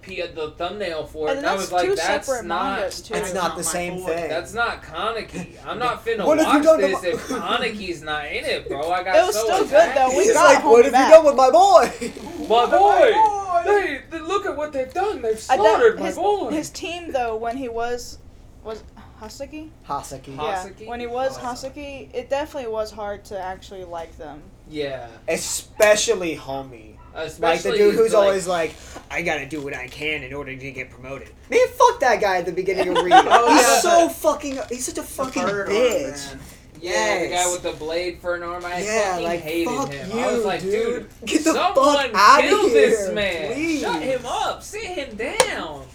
A: p the thumbnail for it,
C: And
A: and I
C: Oh,
A: was
C: that's
A: like,
C: two
A: that's
C: separate
A: not
C: mangas too.
B: it's not the same thing.
A: that's not Kaneki. I'm not finna
B: What have you
A: watch
B: done to
A: this
B: my-
A: if Kaneki's not in it, bro. I got
C: It was
A: so
C: still good,
A: attacked.
C: though. We
B: He's
C: got
B: like,
C: Homie
B: what have
C: back."
B: you done with my boy?
A: my boy.
F: Oh, boy.
A: They, they- look at what they've done. They've
C: I don't-
A: slaughtered my
C: his,
A: boy.
C: his team though, when he was, was Haseki.
B: Hasaki.
A: Has-
C: Yeah,
A: Haseki?
C: when he was
A: Awesome.
C: Haseki, it definitely was hard to actually like them.
A: yeah,
B: Especially homie. Like
A: especially
B: the dude
A: he's
B: who's
A: like-
B: always like, I gotta do what I can in order to get promoted. Man, fuck that guy at the beginning of Reed.
E: Oh,
B: he's
A: yeah.
B: so fucking. He's such a fucking
F: Bird on,
B: bitch.
F: man.
A: Yeah, the guy
B: Yes.
A: with the blade for an arm. I
B: yeah,
A: fucking
B: like
A: hated
B: fuck
A: him.
B: you,
A: I was like, dude,
B: dude. Get the fuck
A: someone
B: out of
A: kill
B: here,
A: this man.
B: please.
A: Shut him up. Sit him down.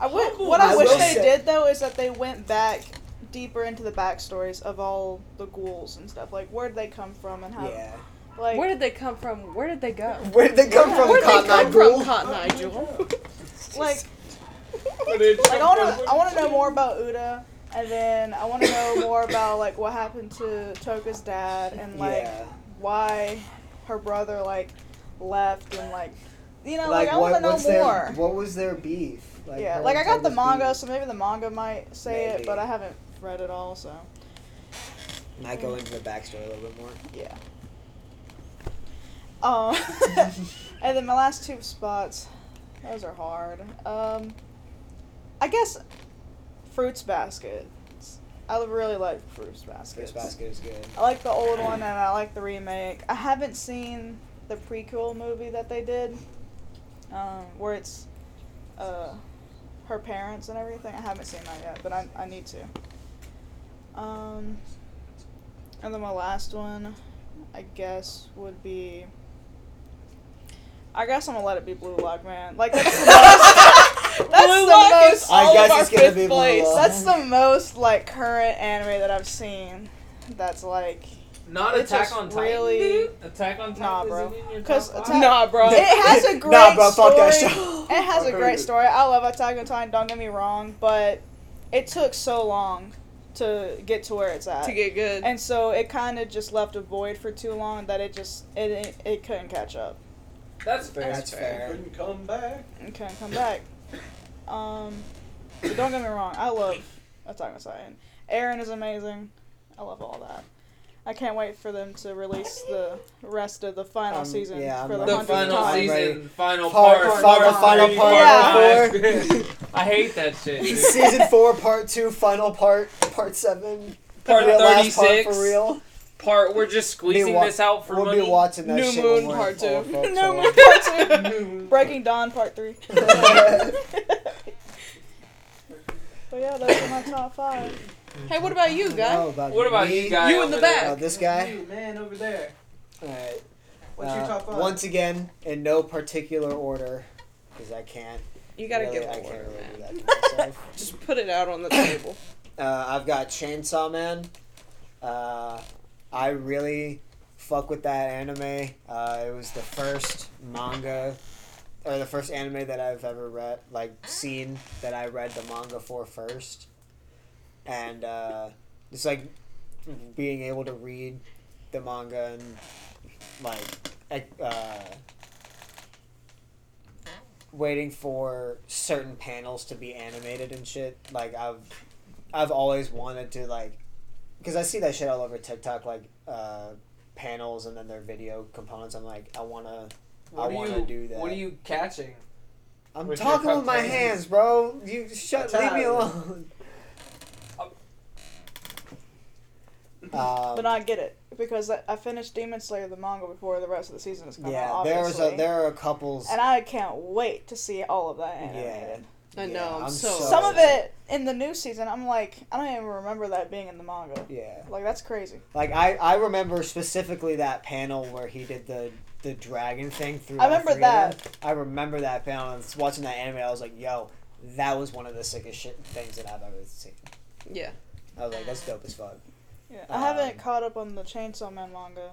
C: I would,
A: Humble
C: what I,
B: I
C: wish
B: will
C: they
B: say-
C: did though is that they went back deeper into the backstories of all the ghouls and stuff. Like where'd they come from and how?
B: Yeah.
C: Like
E: Where did they come from? Where did they go?
B: Where'd they come from,
E: Where did
B: Cotton
E: they
B: Eye
E: come from,
B: Ghoul?
E: Cotton Eye Jewel?
C: like
A: But it-
C: like I want to I want to know more about Uda, and then I want to know more about like what happened to Toka's dad and like
B: yeah.
C: why her brother like left and like you know like,
B: Like,
C: I want to
B: what,
C: know
B: what's their,
C: more.
B: what was their beef?
C: yeah,
B: how
C: like I got the
B: was
C: manga, so maybe the manga might say it,
B: Maybe.
C: but I haven't read it all, so
B: beef? Might go into the backstory a little bit more.
C: yeah. Um, and then my last two spots, those are hard. Um, I guess fruits basket. I really like fruits basket.
B: First basket is good.
C: I like the old one and I like the remake. I haven't seen the prequel movie that they did, um, where it's uh, her parents and everything. I haven't seen that yet, but I, I need to. Um, and then my last one, I guess, would be. I guess I'm gonna let it be Blue Lock, man. Like that's the most. That's
E: Blue
C: the
E: Lock is
C: most.
E: all
B: I
E: of
B: guess
E: our
B: it's gonna
E: fifth
B: be Blue
E: place.
B: Lock.
C: That's the most like current anime that I've seen. That's like
A: Not
C: It's
A: Attack
C: just
A: on Titan.
C: really-
A: dude? Attack on Titan.
C: Nah,
A: isn't
C: bro.
A: in your
C: 'Cause
A: top
C: Attack-
A: five?
E: Nah, bro.
C: It has a
B: nah,
C: great
B: bro, fuck that
C: story.
B: show.
C: It has a
F: Okay,
C: great
F: good.
C: story. I love Attack on Titan. Don't get me wrong, but it took so long to get to where it's at,
E: to get good.
C: and so it kind of just left a void for too long that it just it it, it couldn't catch up.
A: That's fair.
B: That's fair.
F: Couldn't come back.
C: It couldn't come back. Um, but don't get me wrong. I love Attack on Titan. Aaron is amazing. I love all that. I can't wait for them to release the rest of the final
B: Um,
C: season
B: yeah, I'm
C: for the,
B: ready.
A: The
C: hundredth
A: final
C: time.
A: season,
B: Ready.
A: final
B: Part-
A: part,
C: part- final
A: three,
C: part,
A: part five. I hate that shit. dude.
B: Season four, part two, final part, part seven.
A: Part
B: real last Part
A: 36.
B: for real.
A: Part we're just squeezing
B: wa-
A: this out for
B: we'll
A: money.
B: be watching that
E: New
B: shit.
E: Moon,
B: when we're
E: part two.
B: old folks
C: No
B: are.
C: more part two.
F: New-
C: Breaking Dawn part three. but yeah, those are my top five.
E: hey, what about you,
B: I don't know
E: guy?
B: about
A: what about
B: me?
A: you guys?
E: You in the
A: over there?
E: back.
B: Oh, this guy.
F: You, man over there.
B: All right.
F: What's
B: Uh,
F: your top five?
B: Once again, in no particular order, because I can't.
E: You gotta
B: really,
E: give
B: I
E: the
B: can't
E: order,
B: really do
E: man.
B: that to myself.
E: Just put it out on the table.
B: Uh, I've got Chainsaw Man. Uh, I really fuck with that anime. Uh, it was the first manga, or the first anime that I've ever read, like seen that I read the manga for first, and uh, it's like being able to read the manga and like ec- uh, waiting for certain panels to be animated and shit. Like I've I've always wanted to like because I see that shit all over TikTok like uh, panels and then their video components. I'm like I want to. I
A: What are
B: want to
A: you-
B: do that.
A: What are you catching?
B: I'm
A: with your
B: talking with my
A: cupcakes?
B: hands, bro. You shut.
F: That's
B: Leave me
F: how-
B: alone.
A: Um,
B: Um,
C: But I get it because I I finished Demon Slayer the manga before the rest of the season is coming
B: yeah,
C: out.
B: there's
C: Obviously.
B: a there are couples.
C: and I can't wait to see all of that animated.
E: I
B: Yeah,
E: know. I'm,
B: I'm
E: so.
B: so-
C: Some of it in the new season, I'm like, I don't even remember that being in the manga.
B: yeah,
C: Like that's crazy.
B: like I I remember specifically that panel where he did the the dragon thing through.
C: I remember
B: Alfredo.
C: that.
B: I remember that panel. And watching that anime, I was like, yo, that was one of the sickest shit things that I've ever seen.
E: Yeah.
B: I was like, that's dope as fuck.
C: Yeah.
B: Um,
C: I haven't caught up on the Chainsaw Man manga,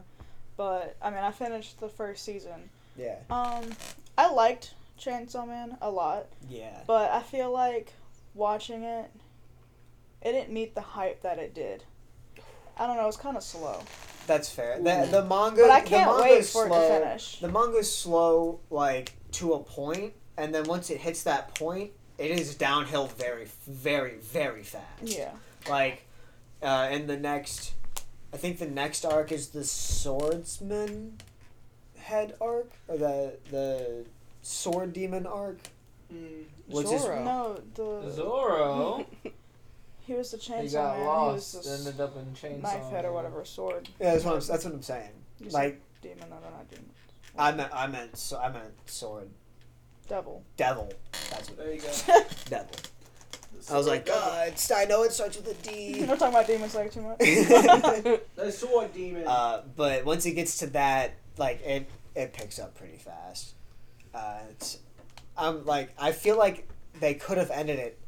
C: but I mean, I finished the first season.
B: Yeah,
C: Um, I liked Chainsaw Man a lot.
B: yeah,
C: But I feel like watching it, it didn't meet the hype that it did. I don't know. It's kind of slow,
B: that's fair. The, the manga,
C: but I
B: the
C: can't
B: manga's
C: wait for
B: slow.
C: it to finish.
B: The manga's slow, like to a point, and then once it hits that point, it is downhill very, very, very fast.
C: Yeah,
B: Like, uh, and the next, I think the next arc is the swordsman head arc or the the sword demon arc,
F: Mm,
B: which is
E: Zoro.
C: no, the
A: Zoro.
C: he was the
A: he
C: chainsaw
A: got
C: man.
A: lost.
C: he was the
A: Ended up in
C: s-
A: chainsaw.
C: knife head or
A: Man.
C: whatever, sword
B: yeah, that's what I'm, that's what I'm saying.
C: You said-
B: Like
C: demon. No, no, not demon.
B: I meant I meant so I meant sword
C: Devil.
B: devil. That's what
F: there you go.
B: devil. I was like,
F: God.
B: God, it's- I know it starts with a D.
C: We're talking about demons like too much.
F: The sword demon.
B: Uh, but once it gets to that, like it it picks up pretty fast. Uh, it's, I'm like I feel like they could have ended it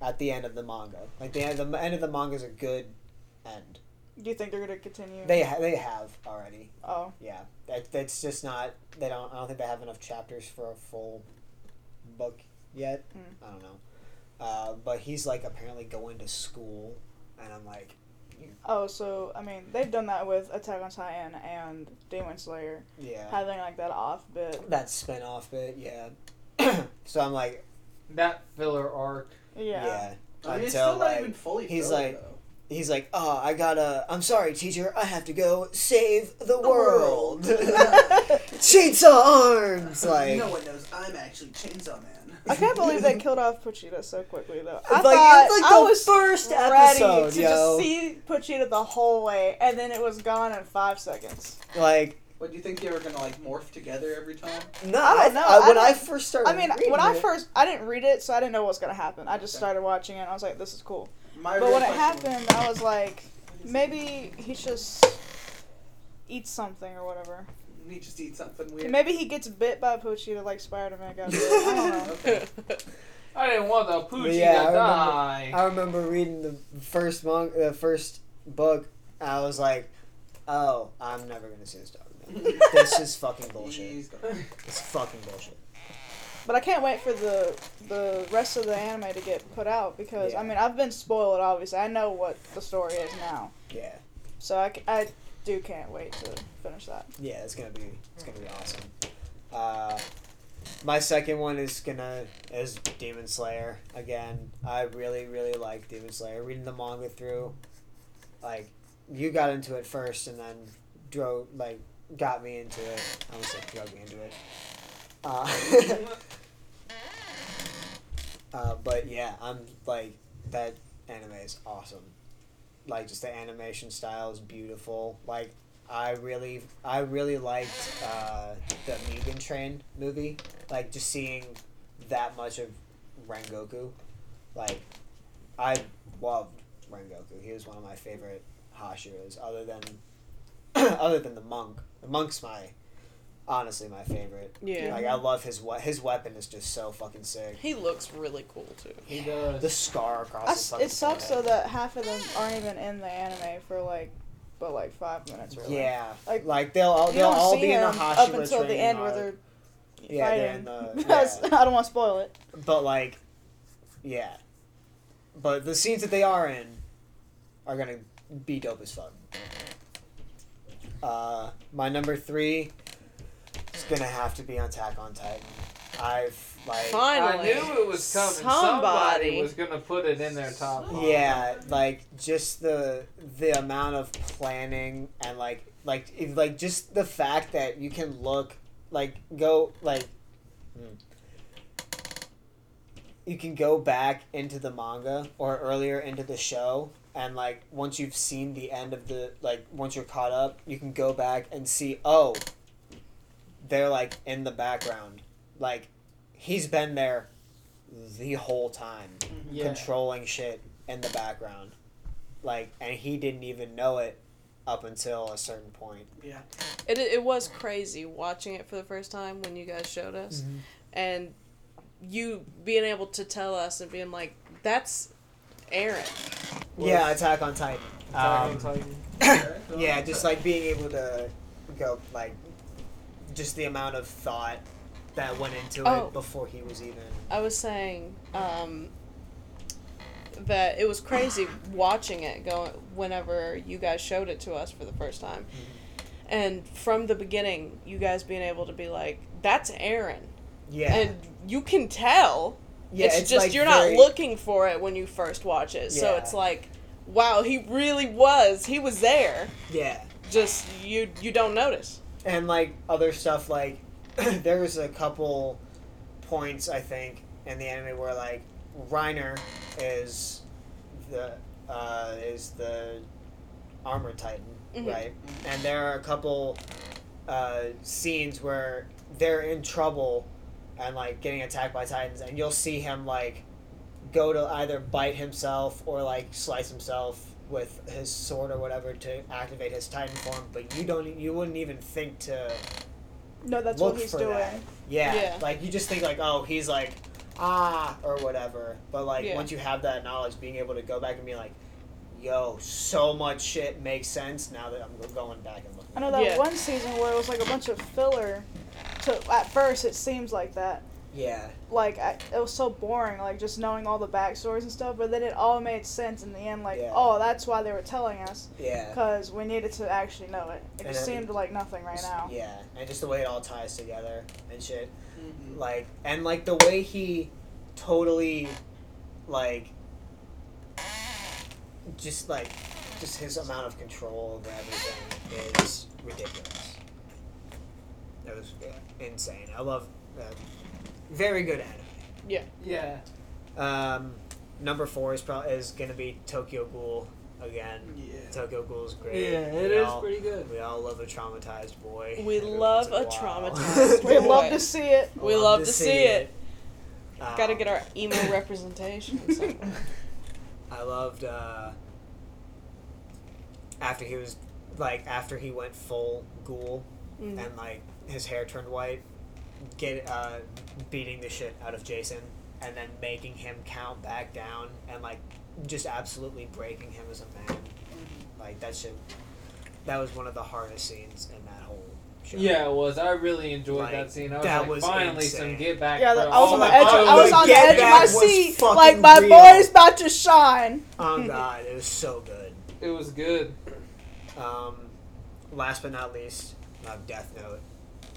B: at the end of the manga. Like the end, the end of the manga is a good end.
C: Do you think they're gonna continue?
B: They ha- they have already.
C: oh,
B: Yeah, that, that's just not. They don't. I don't think they have enough chapters for a full book yet.
C: Mm.
B: I don't know. Uh, but he's like apparently going to school, and I'm like,
C: oh. So I mean, they've done that with Attack on Titan and Demon Slayer,
B: yeah,
C: having like that off bit.
B: that spin off bit, yeah. so I'm like,
A: That filler arc.
B: yeah.
C: yeah.
F: I mean, it's
B: until,
F: still
B: like,
F: not even fully
B: he's
F: filled,
B: like-
F: though.
B: He's like, oh, I gotta. I'm sorry, teacher. I have to go save the,
F: world."
B: world. Chainsaw arms, like.
F: no one knows I'm actually Chainsaw Man.
C: I can't believe they killed off Puchita so quickly, though. I
B: Like,
C: thought
B: it's like
C: I
B: the
C: was
B: first
C: ready
B: episode,
C: to
B: yo.
C: just see Puchita the whole way, and then it was gone in five seconds.
B: Like,
F: What do you think they were gonna like morph together every time?
B: No,
C: I don't
B: I-
C: know,
B: I- when
C: I
B: I,
C: don't-
B: first started,
C: I mean,
B: reading
C: when I
B: it-
C: first, I didn't read it, so I didn't know what was gonna happen. I just
F: Okay.
C: started watching it, and I was like, "This is cool."
F: My
C: But
F: real
C: when it
F: question was-
C: happened, I was like, "Maybe he just eats something or whatever.
F: he just eat something weird.
C: Maybe he gets bit by a Puchita like Spider-Man got bit. I don't know."
F: Okay.
A: I didn't want the Poochie
B: yeah, I
A: to
B: remember-
A: die.
B: I remember reading the first mon- the first book. And I was like, "Oh, I'm never gonna see this dog again. this is fucking bullshit.
F: He's got-
B: It's fucking bullshit."
C: But I can't wait for the the rest of the anime to get put out because
B: Yeah.
C: I mean I've been spoiled obviously. I know what the story is now,
B: Yeah,
C: so I, c- I do can't wait to finish that.
B: yeah, it's gonna be it's gonna be awesome. Uh, my second one is gonna is Demon Slayer again. I really really like Demon Slayer. Reading the manga through, like you got into it first, and then drove like got me into it. I almost said drug me into it. Uh, Uh, but yeah, I'm like that anime is awesome. Like just the animation style is beautiful. Like I really, I really liked uh, the Mugen Train movie. Like just seeing that much of Rengoku. Like I loved Rengoku. He was one of my favorite Hashiras, other than other than the monk. The monk's my honestly my favorite.
E: Yeah.
B: Like I love his what his weapon is just so fucking sick.
E: He looks really cool too.
A: he does.
B: The scar across
C: I
B: his
C: s
B: fucking
C: it sucks though
B: forehead.
C: that half of them aren't even in the anime for like, but like five minutes really.
B: Yeah,
C: Like-
B: like, they'll all
C: You
B: they'll
C: don't
B: all
C: see
B: be in a
C: them
B: Hashira
C: up until the
B: training
C: end where
B: arc,
C: they're
B: uh, Yeah, they're
C: fighting.
B: in the-
C: I don't want to spoil it.
B: but like, yeah, but the scenes that they are in are gonna be dope as fuck. Uh, my number three is gonna have to be on Attack on Titan. I've like
A: I
E: Finally,
A: knew it was coming.
E: Somebody.
A: Somebody was gonna put it in their top. five.
B: Yeah, like just the the amount of planning and like like if, like just the fact that you can look like go like hmm. you can go back into the manga or earlier into the show and like once you've seen the end of the like once you're caught up you can go back and see oh they're like in the background like he's been there the whole time
A: yeah.
B: controlling shit in the background. Like, and he didn't even know it up until a certain point.
E: it, it was crazy watching it for the first time when you guys showed us, and you being able to tell us and being like, "That's Aaron."
B: yeah, Attack on Titan.
A: Attack on
B: Um,
A: Titan.
F: Okay, so-
B: yeah, just like being able to go, like, just the amount of thought that went into
E: Oh.
B: it before he was even.
E: I was saying um, that it was crazy watching it go whenever you guys showed it to us for the first time, and from the beginning, you guys being able to be like, "That's Aaron,"
B: Yeah.
E: and you can tell.
B: yeah,
E: it's, just
B: like,
E: you're
B: very-
E: not looking for it when you first watch it, so
B: Yeah.
E: it's like, wow, he really was. He was there.
B: Yeah.
E: Just you you don't notice.
B: and like other stuff like there was a couple points i think in the anime where like reiner is the uh, is the armor titan
E: Mhm.
B: right and there are a couple uh, scenes where they're in trouble and like getting attacked by titans and you'll see him like go to either bite himself or like slice himself with his sword or whatever to activate his titan form but you don't e, you wouldn't even think to
C: No, that's
B: look
C: what he's
B: for
C: doing.
B: that. Yeah.
E: Yeah.
B: like you just think like oh he's like ah or whatever but like
E: Yeah.
B: once you have that knowledge being able to go back and be like yo so much shit makes sense now that i'm going back and looking
C: I
B: at
C: know that
E: Yeah.
C: one season where it was like a bunch of filler. So at first it seems like that.
B: it." yeah
C: Like I, it was so boring, like just knowing all the backstories and stuff. But then it all made sense in the end. Like,
B: Yeah.
C: oh, that's why they were telling us
B: yeah
C: because we needed to actually know it. It just
B: And then-
C: seemed like nothing right now.
B: yeah and just the way it all ties together and shit
F: Mhm.
B: like and like the way he totally like just like just his amount of control over everything is ridiculous that was insane i love that very good anime
A: Yeah.
B: um number four is probably is gonna be tokyo ghoul again.
F: Yeah.
B: Tokyo Ghoul's
A: Yeah,
B: great.
A: it
B: we
A: is
B: all,
A: pretty good.
B: We all love a traumatized boy.
E: We
B: Everyone's
E: love
B: like,
E: a
B: "Wow."
E: traumatized
C: We
E: boy.
C: love to see it.
E: We love to see it.
B: Um,
E: Gotta get our emo representation somewhere.
B: I loved uh, after he was like after he went full ghoul
E: Mhm.
B: and like his hair turned white, get uh, beating the shit out of Jason and then making him count back down and like just absolutely breaking him as a man.
E: Mm-hmm.
B: Like that shit. That was one of the hardest scenes in that whole show.
A: Yeah, it was. I really enjoyed
B: Like,
A: that scene. I was
B: that
A: like,
B: was
A: finally
B: insane.
A: some get back.
C: Yeah,
A: for
C: that- I
A: all
C: was on
A: the
C: the edge.
A: fun
C: I was
A: we
C: on the
A: get
C: edge of
A: back.
C: my
B: That was
C: seat.
B: fucking
C: Like my
B: real.
C: boy's about to shine.
B: Oh god, it was so good.
A: It was good.
B: Um, last but not least, uh, Death Note.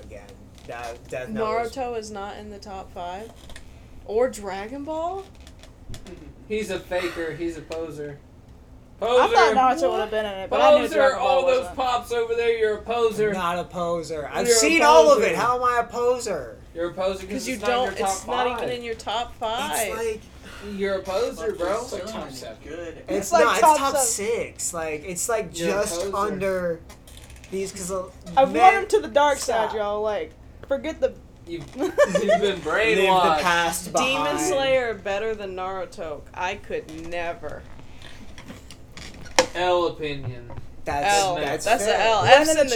B: Again, that Death Note. was-
E: Naruto is not in the top five. Or Dragon Ball?
F: Mm-hmm.
A: He's a faker. He's a poser.
C: I
A: Poser.
C: thought Naruto would have been in it, but I knew
A: Poser.
C: Dragon Ball
A: All those
C: wasn't.
A: pops over there. You're a poser.
B: Not a poser. I've
A: You're a
B: seen all of
A: poser.
B: it. How am I a poser?
A: You're a poser
E: Because
A: because
E: you
A: it's
E: don't.
A: Not your top
E: it's not even
A: five.
E: in your top five.
B: It's like
A: You're a poser, bro.
D: It's like top
F: It's
D: seven.
F: good.
B: it's,
C: like
B: not.
C: top
B: it's top
C: seven.
B: six. Like it's like
A: You're a
B: just
A: poser.
B: under these because
C: I brought him to the dark
B: Stop.
C: side, y'all. Like, forget the.
A: You've, you've been
B: leave the
A: brainwashed.
B: past
E: Demon
B: behind.
E: Slayer better than Naruto. I could never.
A: L opinion.
B: That's
E: L.
B: that's
E: That's,
B: fair.
E: a L.
C: One
E: F's
C: in the
E: in the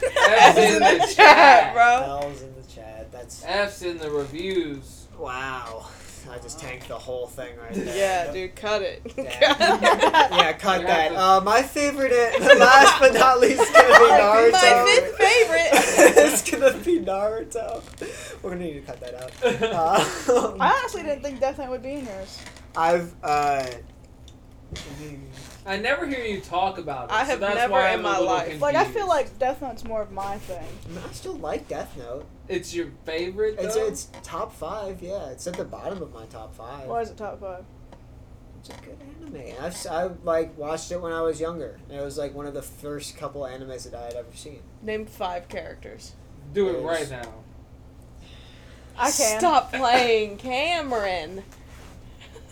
E: chat.
A: F's in the chat.
E: bro.
B: L's in the chat. That's
A: F's in the reviews.
B: wow. I just tanked the whole thing right there.
E: Yeah, dude, cut it.
B: Yeah. yeah, cut
A: You have
B: that.
A: to-
B: Uh, my favorite, last but not least, is gonna be Naruto.
E: Oh, My fifth favorite.
B: it's gonna be Naruto. We're gonna need to cut that out. Uh,
C: I honestly didn't think Death Note would be in yours.
B: I've uh, mm,
A: I never hear you talk about it.
E: I
A: so
E: have
A: that's
E: never
A: why
E: in
A: I'm a
E: my
A: little
E: life-
C: Like, I
A: confused.
C: feel like Death Note's more of my thing.
B: I still like Death Note.
A: it's your favorite.
B: It's
A: though?
B: it's top five. Yeah, it's at the bottom of my top five.
C: Why is it top five?
B: It's a good anime. I've s- I like watched it when I was younger, and it was like one of the first couple animes that I had ever seen.
E: Name five characters.
A: Do it
B: Yes.
A: right now.
C: I can.
E: Stop playing, Cameron.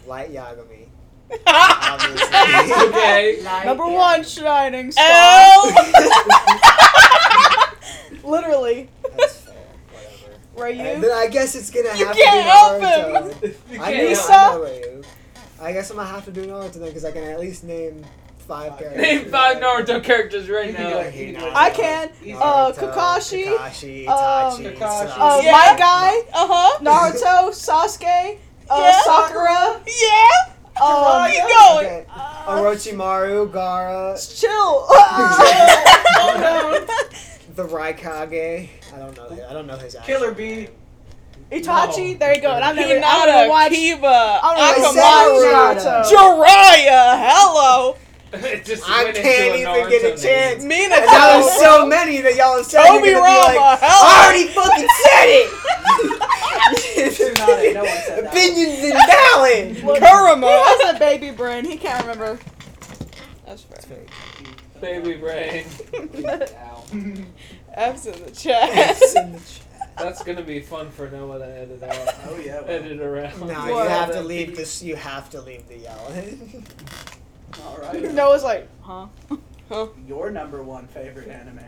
B: Light Yagami.
E: L.
A: Okay.
C: Number one, Shining Star. Literally.
B: That's fair. Whatever. And
C: Ryu.
B: then I guess it's gonna
E: You
B: have
E: can't
B: to
E: help
B: be Naruto.
A: You
B: I
A: can't
B: knew
A: help-
B: I know you. I guess I'm gonna have to do Naruto then because I can at least name five
F: Five.
B: characters.
A: Name five Naruto characters right
F: You can
A: now.
F: go ahead.
C: I can. Uh, Kakashi,
B: Kakashi,
C: um,
B: Itachi,
F: Kakashi.
C: Uh,
E: Yeah.
C: My guy.
E: Uh huh.
C: Naruto. Sasuke. Uh,
E: Yeah.
C: Sakura.
E: Yeah.
C: Um,
E: Where you going? Uh,
B: Okay. Orochimaru, Gara,
C: Chill. uh,
E: Oh
B: the Raikage. I don't know. I don't know his. actual
F: Killer Bee.
C: Itachi. There you go. And I've
E: no.
C: never, I've
E: Hinata,
C: never watched.
E: Kiba,
C: I've never
B: Akamaru.
C: watched
B: Hinata.
C: Naruto.
E: Jiraiya. Hello,
A: It just
B: I
A: went into
B: can't
A: a
B: even get a
A: Naruto
B: chance. And now there's
E: Minato,
B: so many that y'all have said. you're
E: Obi
B: gonna be
E: Rama.
B: like,
F: Oh!
B: I
E: Hello.
B: already fucking said it.
F: Tsunade, no one said that.
B: Opinions invalid.
C: He
E: Kurama.
C: has a baby brain. He can't remember.
E: That's fair.
A: name. Baby brain.
F: Ow.
E: F's in the chat.
B: It's in the chat.
A: That's gonna be fun for Noah to edit out.
F: Oh yeah. Well,
A: Edit around.
B: No, you
C: What?
B: have to leave this. You have to leave the yell.
F: all right.
C: Noah's like, huh?
F: Your number one favorite anime.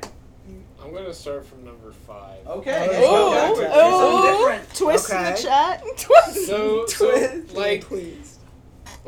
D: I'm gonna start from number five.
F: Okay.
B: Oh,
F: Oh,
E: oh,
C: oh.
F: different.
C: Twist in
B: Okay.
C: the chat.
D: So, so
B: Twist.
D: like
B: please.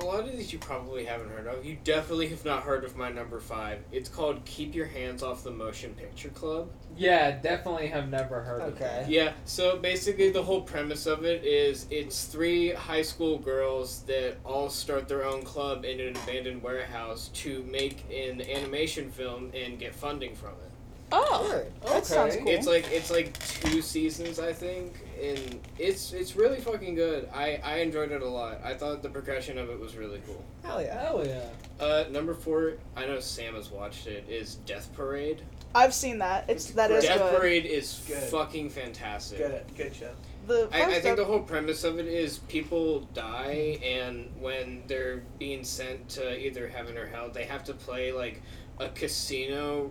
D: a lot of these you probably haven't heard of. You definitely have not heard of my number five. It's called "Keep Your Hands Off the Motion Picture Club."
A: Yeah, definitely have never heard of
B: Okay.
A: that.
D: Yeah, so basically the whole premise of it is it's three high school girls that all start their own club in an abandoned warehouse to make an animation film and get funding from it.
E: Oh,
B: Sure.
A: Okay.
C: That sounds cool.
D: It's like it's like two seasons I think and it's it's really fucking good. I I enjoyed it a lot. I thought the progression of it was really cool.
B: Hell yeah.
A: Hell yeah.
D: Uh number 4, I know Sam has watched it is Death Parade.
C: I've seen that. It's that is
D: Death
C: good.
D: Parade is
F: Good.
D: fucking fantastic.
F: Good. Good show.
C: The first
D: I, I think
C: ep-
D: the whole premise of it is people die, and when they're being sent to either heaven or hell, they have to play like a casino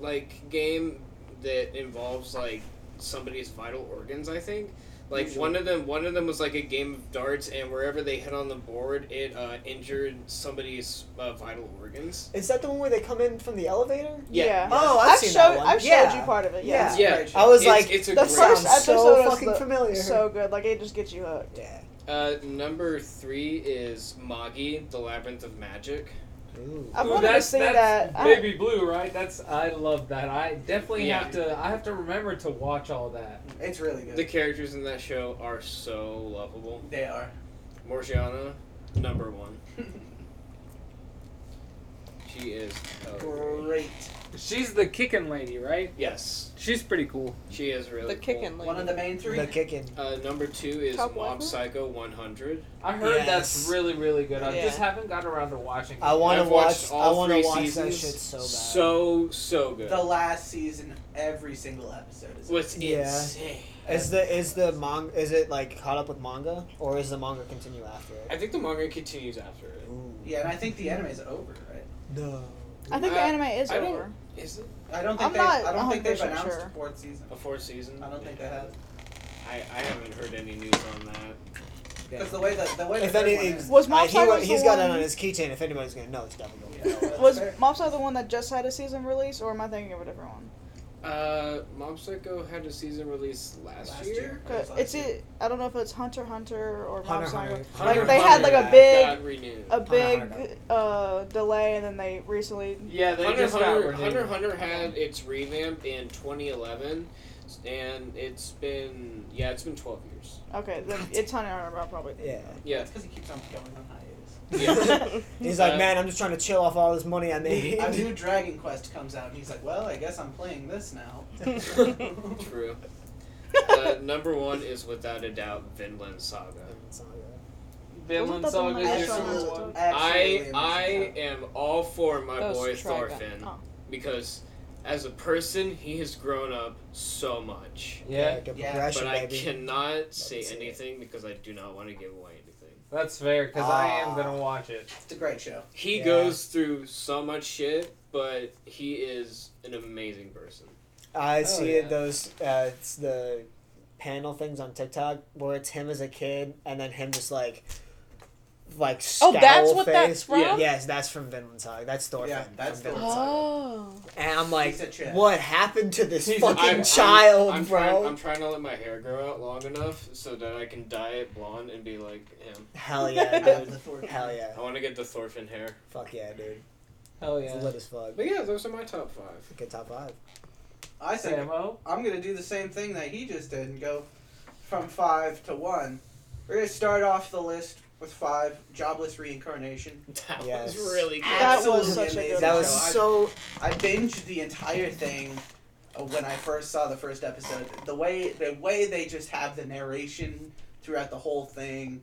D: like game that involves like somebody's vital organs, I think. Like
F: Usually.
D: one of them, one of them was like a game of darts, and wherever they hit on the board, it uh, injured somebody's uh, vital organs.
B: Is that the one where they come in from the elevator?
D: Yeah.
B: Oh, I've,
C: I've
B: seen
C: showed
B: that one.
C: I've
B: yeah.
C: showed you part of it.
B: Yeah.
C: Yeah.
D: Yeah.
F: Great show.
B: I was
D: It's,
B: like,
D: it's a
C: the
D: great.
C: first
B: sounds
C: episode
B: so
C: is
B: fucking
C: the-
B: familiar.
C: So good. Like it just gets you hooked.
B: yeah.
D: Uh, number three is Magi, the Labyrinth of Magic.
B: Ooh.
C: I
A: Ooh,
C: wanted to
A: that's-
C: see
A: that's
C: that. I-
A: Baby Blue, right? That's I love that. I definitely
D: Yeah.
A: have to. I have to remember to watch all that.
F: It's really good.
D: The characters in that show are so lovable.
F: they are.
D: Morgiana, number one. She is. Oh,
F: Great.
A: She's the kicking lady, right?
D: yes,
A: She's pretty cool.
D: she is really.
E: The
D: cool.
E: kicking lady.
F: One of the main three.
B: The kicking.
D: Uh, number two is
E: Top
D: Mob
E: Wiper?
D: Psycho 100.
A: I heard that's
B: Yes.
A: really, really good. I
E: Yeah.
A: just haven't gotten around to watching.
B: I want to
D: I've watched
B: watch. I
D: all
B: want to
D: three
B: watch that
D: seasons.
B: shit so bad.
D: So so good.
F: The last season, every single episode is.
D: What's
B: Yeah.
D: insane?
B: is the is the manga? Is it like caught up with manga, or is the manga continue after it?
D: I think the manga continues after it.
B: Ooh.
F: Yeah, and I think the anime's over, right?
B: No.
C: I think the
D: Uh,
C: anime is
D: I don't-
C: over.
D: Is it
F: I don't think
C: I'm
F: they.
C: not
F: I don't think they've
C: 100%
F: announced
C: sure.
F: a fourth season.
D: a fourth season?
F: I don't think they have.
D: I, I haven't heard any news on that.
F: Because the way that the way the
B: If
F: third
B: any-
F: one
B: it's-
F: ends-
C: Was Mob
B: Uh, he, wa-
C: Psycho
B: he's
C: the
B: got it
C: one-
B: on his keychain. If anybody's gonna know, it's Double
F: Yeah,
B: Gold.
F: well, that's
C: Was
F: fair.
C: Mob Psycho the one that just had a season release, or am I thinking of a different one?
D: Uh, Mob Psycho had a season release last,
F: last
D: year.
F: year?
C: 'Cause
F: It was
C: It's
F: last year.
C: it. I don't know if it's Hunter x Hunter or Mob
B: Hunter,
C: Psycho.
B: Hunter.
C: Like,
D: Hunter
C: they
D: x
C: had, like, a
D: Hunter
C: big-
D: got renewed.
C: A big
B: Hunter
C: uh, delay, and then they recently.
A: Yeah, they
D: Hunter,
A: just
D: Hunter,
A: got
D: Hunter
A: renewed.
D: Hunter had its revamp in 2011, and it's been yeah, it's been 12 years.
C: Okay, then it's Hunter x Hunter. I'll probably.
B: Yeah.
D: Yeah,
F: It's because he keeps on going on hiatus.
D: yeah.
B: He's
D: Uh,
B: like, man, I'm just trying to chill off all this money I made.
F: A new Dragon Quest comes out, and he's like, "Well, I guess I'm playing this now."
D: True. Uh, number one is without a doubt Vinland Saga.
A: Villain
C: Wasn't that the
A: Saga.
C: one that
A: is
C: I
A: your
C: saw?
A: number one.
D: I
F: Absolutely
D: I
F: amazing.
D: am all for my
E: Those
D: boy
E: Trigun.
D: Thorfinn
C: Oh.
D: because as a person he has grown up so much.
A: Yeah,
B: the
F: Yeah.
B: progression,
D: but I
B: baby.
D: cannot say
B: see it.
D: anything because I do not want to give away anything.
A: that's fair because I am
B: Ah.
A: gonna watch it.
F: It's a great show.
D: He
B: Yeah.
D: goes through so much shit, but he is an amazing person.
B: I
A: Oh,
B: see
A: yeah.
B: it those uh, it's the panel things on TikTok where it's him as a kid and then him just like like
E: Oh, that's
B: scowl
E: what
B: face.
E: that's from.
D: Yeah.
B: Yes, that's from Vinland Saga. That's Thorfinn.
F: Yeah, that's
B: from Vinland Saga.
E: Oh.
B: And I'm
F: He's
B: like,
F: a chip.
B: what happened to this
A: He's-
B: fucking
D: I'm- I'm-
B: child,
D: I'm
B: bro?
D: Trying, I'm trying to let my hair grow out long enough so that I can dye it blonde and be like him.
B: Hell yeah,
F: I love
B: dude.
F: the Thor.
B: Hell yeah.
D: I want to get the Thorfinn hair.
B: Fuck yeah, dude.
A: Hell
B: It's
A: yeah.
B: lit as fuck.
D: But yeah, those are my top five.
B: Good top five.
F: I think
A: Samo.
F: I'm gonna do the same thing that he just did and go from five to one. We're gonna start off the list with five jobless reincarnation.
D: That
B: Yes.
D: was really good.
C: That was
F: Absolutely
C: such a good
F: amazing
C: Yeah,
B: That
F: show.
B: was
F: I-
B: so
F: I binged the entire thing uh, when I first saw the first episode. The way the way they just have the narration throughout the whole thing,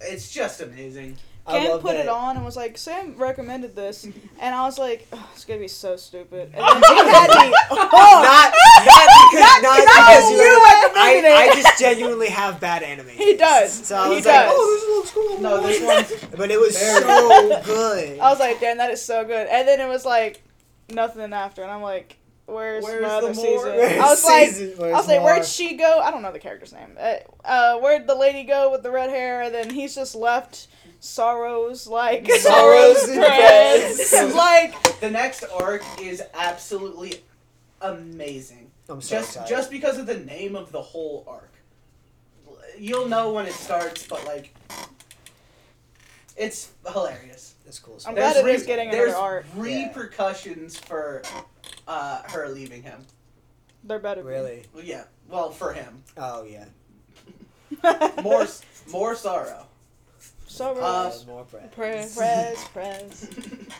F: it's just amazing.
B: I
C: Cam
B: love
C: put
B: that
C: it on and was like, Sam recommended this, and I was like, "Ugh, it's gonna be so stupid. And then he had me.
B: not, not because, not, because
C: you
B: you I,
C: recommended
B: I
C: it.
B: just genuinely have bad anime.
C: He does.
B: So I
C: He
B: was like,
C: does.
B: oh, this looks cool.
F: No, this one's
B: But it was
F: Very
B: so good.
C: I was like, damn, that is so good. And then it was like, nothing after, and I'm like, where's,
F: Where's
C: my other
F: the more?
C: season?
B: Where's
C: I was like,
B: season?
C: I
B: Where's
C: was like,
B: more?
C: where'd she go? I don't know the character's name. Uh, uh, where'd the lady go with the red hair? And then he's just left sorrows like
B: Sorrows and
C: threads.
B: threads.
C: like
F: the next arc is absolutely amazing.
B: I'm so
F: just
B: excited.
F: just because of the name of the whole arc. You'll know when it starts, but like it's hilarious.
B: it's cool.
C: I'm
B: There's
C: glad it
B: re-
C: is getting another
F: there's
C: arc.
F: repercussions for uh, her leaving him.
C: they're better. be.
B: Really?
F: Well, yeah, well for him,
B: Oh yeah.
F: more s- more sorrow.
C: sorrows.
F: Uh,
B: There's more bread.
E: Press.
C: Prez, Prez.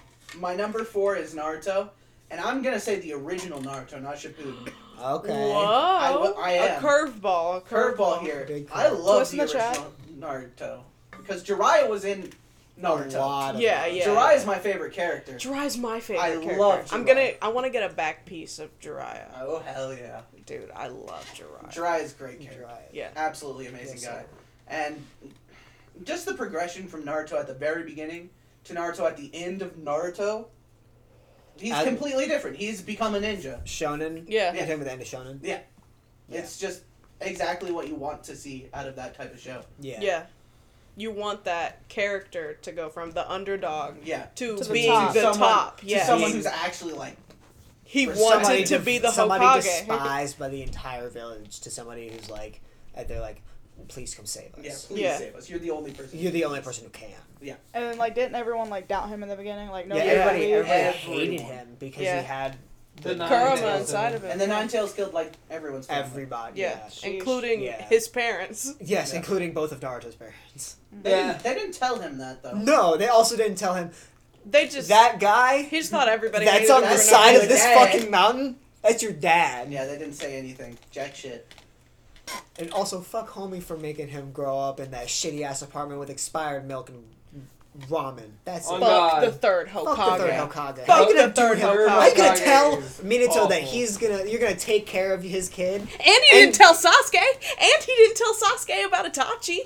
F: My number four is Naruto, and I'm gonna say the original Naruto, not Shippuden.
B: Okay.
C: Oh,
E: Whoa.
F: I- I
E: a
F: am.
E: curveball. A
F: Curveball here.
B: Big curve.
F: I love
C: Twist in
F: the
C: the chat.
F: original Naruto because Jiraiya was in Naruto.
B: A lot of
E: Yeah, yeah.
F: Jiraiya is my favorite character.
E: Jiraiya's my favorite.
F: I
E: character.
F: love
E: I'm
F: Jiraiya.
E: gonna. I want to get a back piece of Jiraiya.
F: Oh hell yeah,
E: Dude, I love Jiraiya.
F: Jiraiya's a great
B: Dry.
F: character.
E: Yeah.
F: Absolutely amazing
B: Yes,
F: guy, and just the progression from Naruto at the very beginning to Naruto at the end of Naruto. He's
B: I-
F: completely different. He's become a ninja.
B: Shonen.
E: Yeah.
B: You're talking about the end of Shonen.
F: It's just exactly what you want to see out of that type of show.
B: Yeah.
E: Yeah. You want that character to go from the underdog
F: Yeah.
E: to,
C: To the
E: being
C: top.
E: the
F: Someone-
E: top.
F: To
E: Yes.
F: someone who's actually like,
E: he
F: for
B: Somebody
E: wanted to
B: def-
E: be the
B: somebody
E: Hokage.
B: despised by the entire village to somebody who's like, uh, they're like, please come save us.
F: yeah, please
E: Yeah.
F: save us. You're the only person.
B: You're the only person who can.
C: And then like didn't everyone like doubt him in the beginning? Like no,
B: yeah,
C: yeah,
B: everybody,
C: believed.
B: everybody
F: Everyone.
B: hated him because
E: Yeah.
B: he had
A: The
B: the
A: Nine
E: Kurama
A: Tails
E: inside
A: and-
E: of him.
F: And the Nine Tails killed like everyone's family.
B: everybody.
E: Yeah.
B: Yeah.
C: Sheesh.
E: Including
B: Yeah.
E: his parents.
B: Yes,
F: Yeah.
B: including both of Naruto's parents.
F: They,
A: Yeah.
F: didn't, they didn't tell him that though.
B: No, they also didn't tell him
E: They just
B: that guy
E: he just thought everybody
B: that's
E: hated
B: on
E: him
B: the
E: for no
B: side
E: reason.
B: of this
F: Dad.
B: fucking mountain. That's your dad.
F: Yeah, they didn't say anything. Jack shit.
B: And also, fuck homie for making him grow up in that shitty ass apartment with expired milk and ramen. That's
A: Oh,
B: it.
A: no.
E: Fuck
A: God.
E: the third Hokage.
B: Fuck the third Hokage.
E: Fuck
B: How you
E: the
B: gonna do
E: third
B: him?
E: Hokage.
B: How you gonna tell
A: Hokage is
B: Minato that
A: awful.
B: he's gonna you're gonna take care of his kid?
E: And he
B: And-
E: didn't tell Sasuke. And he didn't tell Sasuke about Itachi.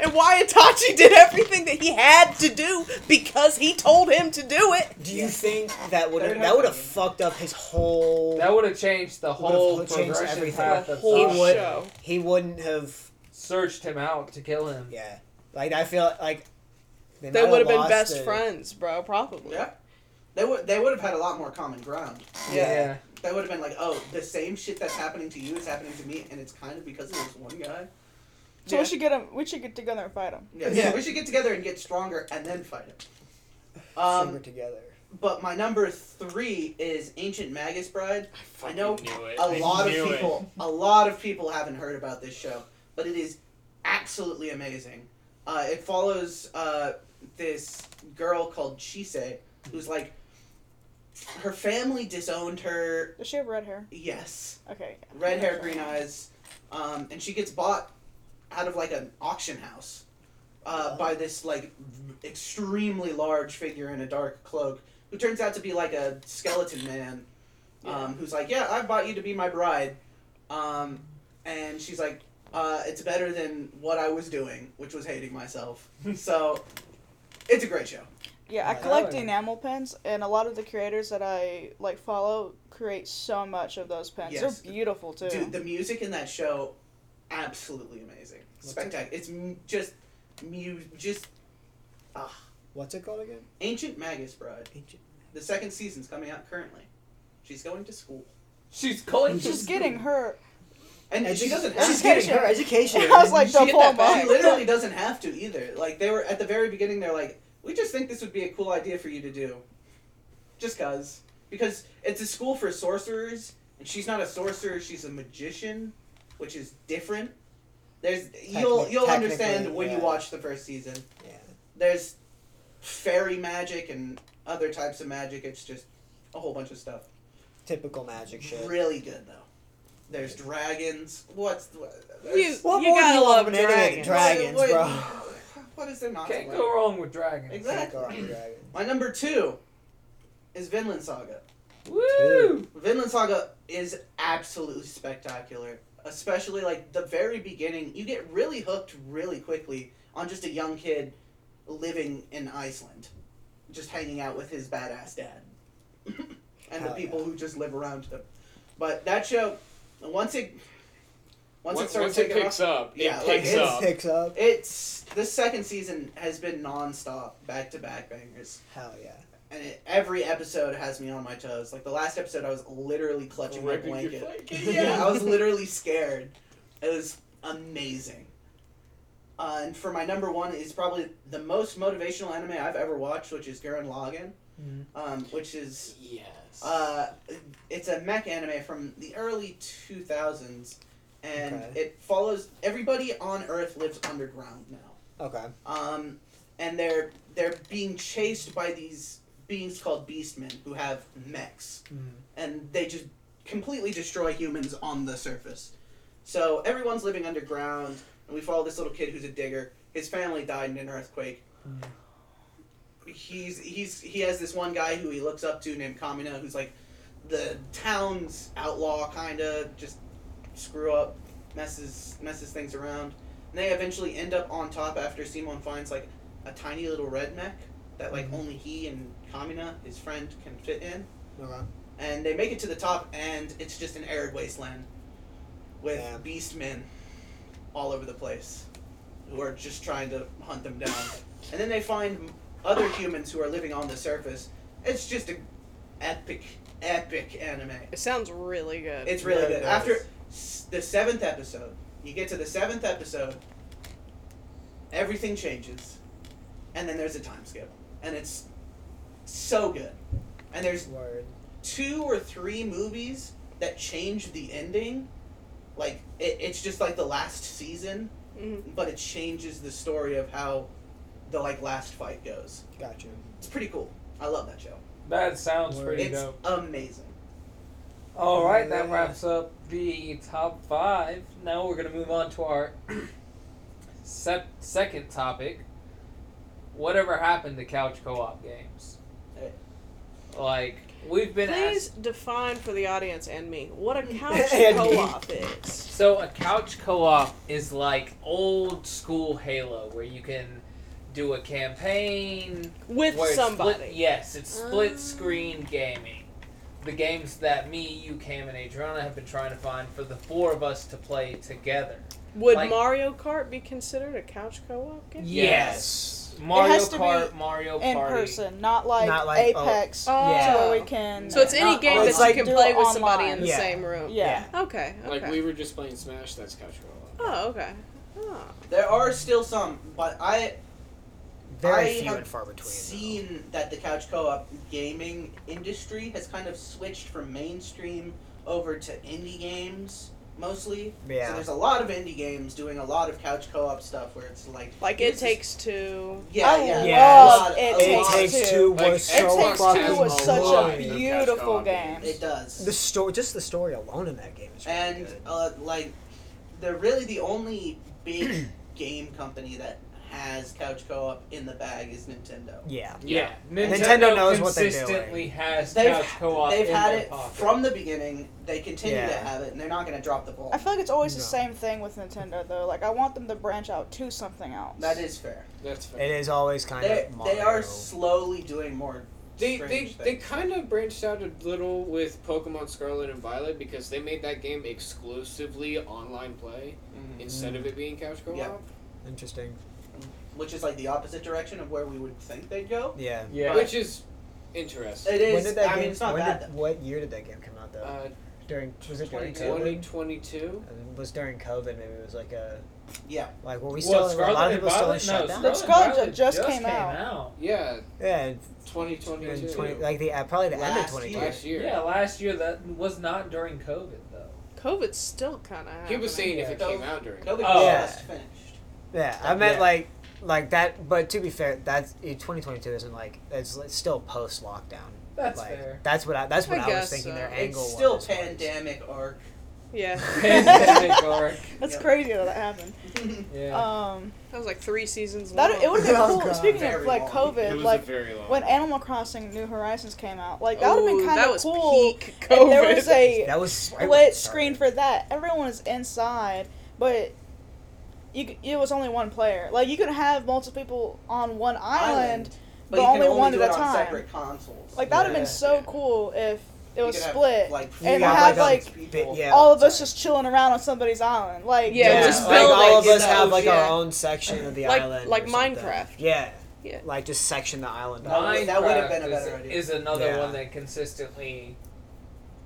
E: And why Itachi did everything that he had to do because he told him to do it.
B: Do you think that would
F: Third
B: that would
F: Hokage.
B: have fucked up his whole?
A: That would have changed the whole
B: changed
A: progression
B: everything.
A: path
E: The
A: of
E: whole
A: Sasuke.
B: he would
E: show.
B: he wouldn't have
A: Searched him out to kill him.
B: yeah. Like I feel like
E: They
B: might
E: would have been
B: lost
E: best
B: it.
E: friends, bro, probably.
F: Yeah. They would they would have had a lot more common ground.
E: Yeah.
A: Yeah.
F: They would have been like, oh, the same shit that's happening to you is happening to me, and it's kind of because of this one guy.
C: So
E: Yeah.
C: we should get him. We should get together and fight him.
F: Yeah.
B: Yeah.
F: We should get together and get stronger and then fight it.
B: So we're
F: Um,
B: together.
F: but my number three is Ancient Magus Bride. I know
D: fucking knew it.
F: a
D: I
F: lot of
D: knew it.
F: people a lot of people haven't heard about this show but it is absolutely amazing uh, it follows uh, this girl called chise who's like her family disowned her
C: Does she have red hair?
F: yes
C: Okay.
F: red hair green eyes um, and she gets bought out of like an auction house uh, by this like extremely large figure in a dark cloak who turns out to be like a skeleton man um, who's like yeah i bought you to be my bride um, and she's like uh, it's better than what i was doing which was hating myself so it's a great show
C: Yeah, I
B: Yeah.
C: collect enamel pins, and a lot of the creators that I like follow create so much of those pins.
F: Yes.
C: They're beautiful too.
F: Dude, the music in that show, absolutely amazing, spectacular. It's m- just, mu- just
B: What's it called again?
F: Ancient Magus Bride.
B: Ancient.
F: The second season's coming out currently. She's going to school,
A: She's going to
C: She's getting her.
F: and, she
B: Edu-
F: doesn't have
B: She's
F: to.
B: getting her education.
C: I was like,
F: She hit that
C: diploma.
F: She literally doesn't have to either. Like they were at the very beginning, they're like, "We just think this would be a cool idea for you to do, just cause." Because it's a school for sorcerers, and she's not a sorcerer; she's a magician, which is different. There's you'll
B: Technic-
F: you'll
B: technically,
F: understand when
B: yeah.
F: you watch the first season.
B: Yeah.
F: There's fairy magic and other types of magic. It's just a whole bunch of stuff.
B: typical magic shit.
F: Really good though. There's dragons. What's
E: You,
F: there's-
B: What
E: you
B: more do
E: gotta
B: you want
E: love
B: from an anime than
E: dragons.
B: drag- Dragons,
F: What-
B: bro.
F: What is there not to
A: Can't
F: like?
A: go wrong with dragons.
F: Exactly.
B: Can't go wrong with dragon.
F: My number two is Vinland Saga.
A: Woo!
F: Vinland Saga is absolutely spectacular, especially like the very beginning. You get really hooked really quickly on just a young kid living in Iceland, just hanging out with his badass dad and the
B: Hell
F: people
B: yeah.
F: who just live around him. But that show, once it once, it starts taking off,
D: picks up,
F: Yeah,
D: it
F: like,
D: picks
B: It
F: it's-
D: up.
B: picks up.
F: it's this second season has been nonstop, back to back bangers.
B: Hell yeah.
F: and it, every episode has me on my toes. Like the last episode, I was literally clutching my
D: Ripping your
F: blanket.
D: blanket,
F: Yeah,
D: yeah.
F: I was literally scared. It was amazing. Uh, and for my number one is probably the most motivational anime I've ever watched, which is Gurren Lagann,
A: Mhm.
F: um, which is
D: Yes.
F: uh, it's a mech anime from the early two thousands, and
B: Okay.
F: it follows everybody on Earth lives underground now
B: Okay.
F: um, and they're they're being chased by these beings called beastmen who have mechs,
A: Mhm.
F: and they just completely destroy humans on the surface. So everyone's living underground, and we follow this little kid who's a digger. His family died in an earthquake. He's he's he has this one guy who he looks up to named Kamina, who's like the town's outlaw, kind of just screw up, messes messes things around. And they eventually end up on top after Simon finds like a tiny little red mech that like only he and Kamina, his friend, can fit in.
B: Okay.
F: And they make it to the top, and it's just an arid wasteland. with
B: Yeah.
F: beastmen all over the place who are just trying to hunt them down. and then they find other humans who are living on the surface. It's just a epic, epic anime.
E: It sounds really good.
F: It's really
B: Yeah, it
F: good.
B: does.
F: After s- the seventh episode, you get to the seventh episode, everything changes, and then there's a time skip, and it's so good. And there's
B: Word.
F: two or three movies that change the ending. Like it, it's just like the last season,
E: Mhm.
F: but it changes the story of how the like last fight goes.
B: Gotcha.
F: It's pretty cool. I love that show.
A: That sounds
B: Word.
A: pretty
F: it's
A: dope.
F: amazing.
A: All right, that
B: Yeah.
A: wraps up the top five. Now we're gonna move on to our sep- second topic. Whatever happened to couch co-op games?
B: Eh.
F: Hey.
A: Like we've been
E: Please
A: asked.
E: define for the audience and me what a couch
B: And me.
E: co-op is.
A: So a couch co-op is like old school Halo, where you can do a campaign,
E: With
A: where it's
E: somebody.
A: Split, yes, it's split
E: Ah.
A: screen gaming. The games that me, you, Cam, and Adriana have been trying to find for the four of us to play together.
E: Would
A: like-
E: Mario Kart be considered a couch co-op game?
A: Yes.
C: It
A: Mario
C: has to be
A: Kart, Mario
C: in
A: Party.
C: person, not like,
B: Not like, oh,
C: Apex,
E: Oh.
B: yeah.
C: where we can.
E: So it's any
B: Not
E: game
B: all-
E: that
B: it's like-
E: you can
C: do
E: play
C: it
E: with somebody
C: online.
E: in the
B: Yeah.
E: same room.
C: yeah.
E: Okay. Okay.
D: Like we were just playing Smash. That's couch co-op.
E: Oh, okay. Oh.
F: There are still some, but I
B: Very
F: I
B: few
F: have
B: and far between. though.
F: seen that the couch co-op gaming industry has kind of switched from mainstream over to indie games mostly. So
B: Yeah.
F: there's a lot of indie games doing a lot of couch co-op stuff where it's like
E: Like
F: this
E: it
F: is-
E: takes two.
F: yeah,
C: I
F: yeah,
B: love
F: a lot-
C: It
F: a
B: Oh, It
F: lot.
B: takes
C: Takes
B: two
C: Two.
B: was
D: Like,
B: so
C: it takes
B: fucking
C: two was such
B: good.
C: a beautiful
D: Couch co-op
C: game.
D: games.
F: It does.
B: The story, just the story alone in that game is really
F: and
B: good.
F: uh, like they're really the only big game company that has couch co-op in the bag is Nintendo.
B: yeah,
A: Yeah.
B: Nintendo knows what they're
A: consistently has
F: They've,
A: couch co-op
F: they've
A: in
F: had
A: their
F: it
A: pocket.
F: from the beginning. They continue to
B: Yeah.
F: have it, and they're not going to drop the ball.
C: I feel like it's always the
B: No.
C: same thing with Nintendo, though. Like I want them to branch out to something else.
F: That is fair.
D: That's fair.
B: it is always kind
F: They,
B: of. Mario.
F: they are slowly doing more.
D: They,
F: strange
D: they, they
F: things.
D: kind of branched out a little with Pokemon Scarlet and Violet because they made that game exclusively online play
B: Mm-hmm.
F: Mhm.
D: instead
B: Mm.
D: of it being couch co-op.
F: Yeah.
B: interesting.
F: which is like the opposite direction of where we would think they'd go.
B: Yeah.
A: Yeah.
D: Which is interesting.
F: It is.
B: When did that
F: I
B: game?
F: mean, it's not
B: when
F: bad.
B: did, what year did that game come out though?
D: Uh,
B: during was it during
D: 2020,
B: COVID?
D: 2022?
B: It was during COVID. Maybe it was like a
F: though. yeah,
B: like were we
A: What,
B: still were a lot
A: Scarlet
B: of people still in
A: and Violet? No,
B: shutdown?
C: Look,
A: Scarlet and
C: Scarlet
A: Violet
C: just
A: just
C: came out.
D: Yeah,
B: Yeah, in- in
D: 2022.
B: 20, like the uh, probably the end of
F: Last
B: 2020.
F: year.
D: last year.
A: Yeah, last year that was not during COVID though.
E: COVID's still kind of.
D: He was saying if it
F: Yeah.
D: came out during.
F: nobody
A: Oh.
B: Yeah.
F: just finished.
B: Yeah, I meant
A: Yeah.
B: like like that. But to be fair, that's eh, 2022 isn't like it's, it's still post lockdown.
A: That's
B: like,
A: fair.
B: That's what I, that's what
E: I
B: I, was
E: guess
B: thinking.
E: so.
B: Their
E: It's
B: angle
F: it's still
B: was, was-
F: pandemic arc.
E: Yeah,
A: Pandemic arc.
C: That's
F: Yeah.
C: crazy that that happened.
A: Yeah.
C: Um,
E: that was like three seasons.
C: that
E: long.
C: it would have been
B: Oh,
C: cool.
B: God.
C: Speaking
F: Very
C: of like
F: long.
D: It
C: COVID,
D: was
C: like
D: a very long.
C: when Animal Crossing New Horizons came out, like that
E: Ooh,
C: would have been
E: that
C: kind of
E: was
C: cool.
E: peak
C: if
E: COVID.
C: There was a
B: That was right when
C: split
B: it
C: screen
B: started.
C: for that. Everyone was inside, but you c- it was only one player. Like you could have multiple people on one island.
F: but
C: but
F: you can
C: only one
F: do it
C: at a
F: on
C: time.
F: Separate consoles.
C: Like that would have
A: Yeah.
C: been so
D: Yeah.
C: cool if it
F: You
C: was
F: could have,
C: split.
F: like
B: You
C: and
B: got,
C: have,
B: like,
F: six
B: a
F: people.
B: bit- yeah.
C: all of us just chilling around on somebody's island. Like
E: Yeah,
B: yeah,
E: just
B: like
E: build
B: all
E: it,
B: of
E: you
B: us
E: know,
B: have like
E: yeah.
B: our own section of the
E: Like-
B: island,
E: like
B: or something.
E: Minecraft.
B: Yeah,
E: Yeah.
B: like just section the island.
F: That
B: off.
F: would- that would've been a
A: Minecraft
F: better
A: is,
F: idea.
A: is another
B: Yeah.
A: one that consistently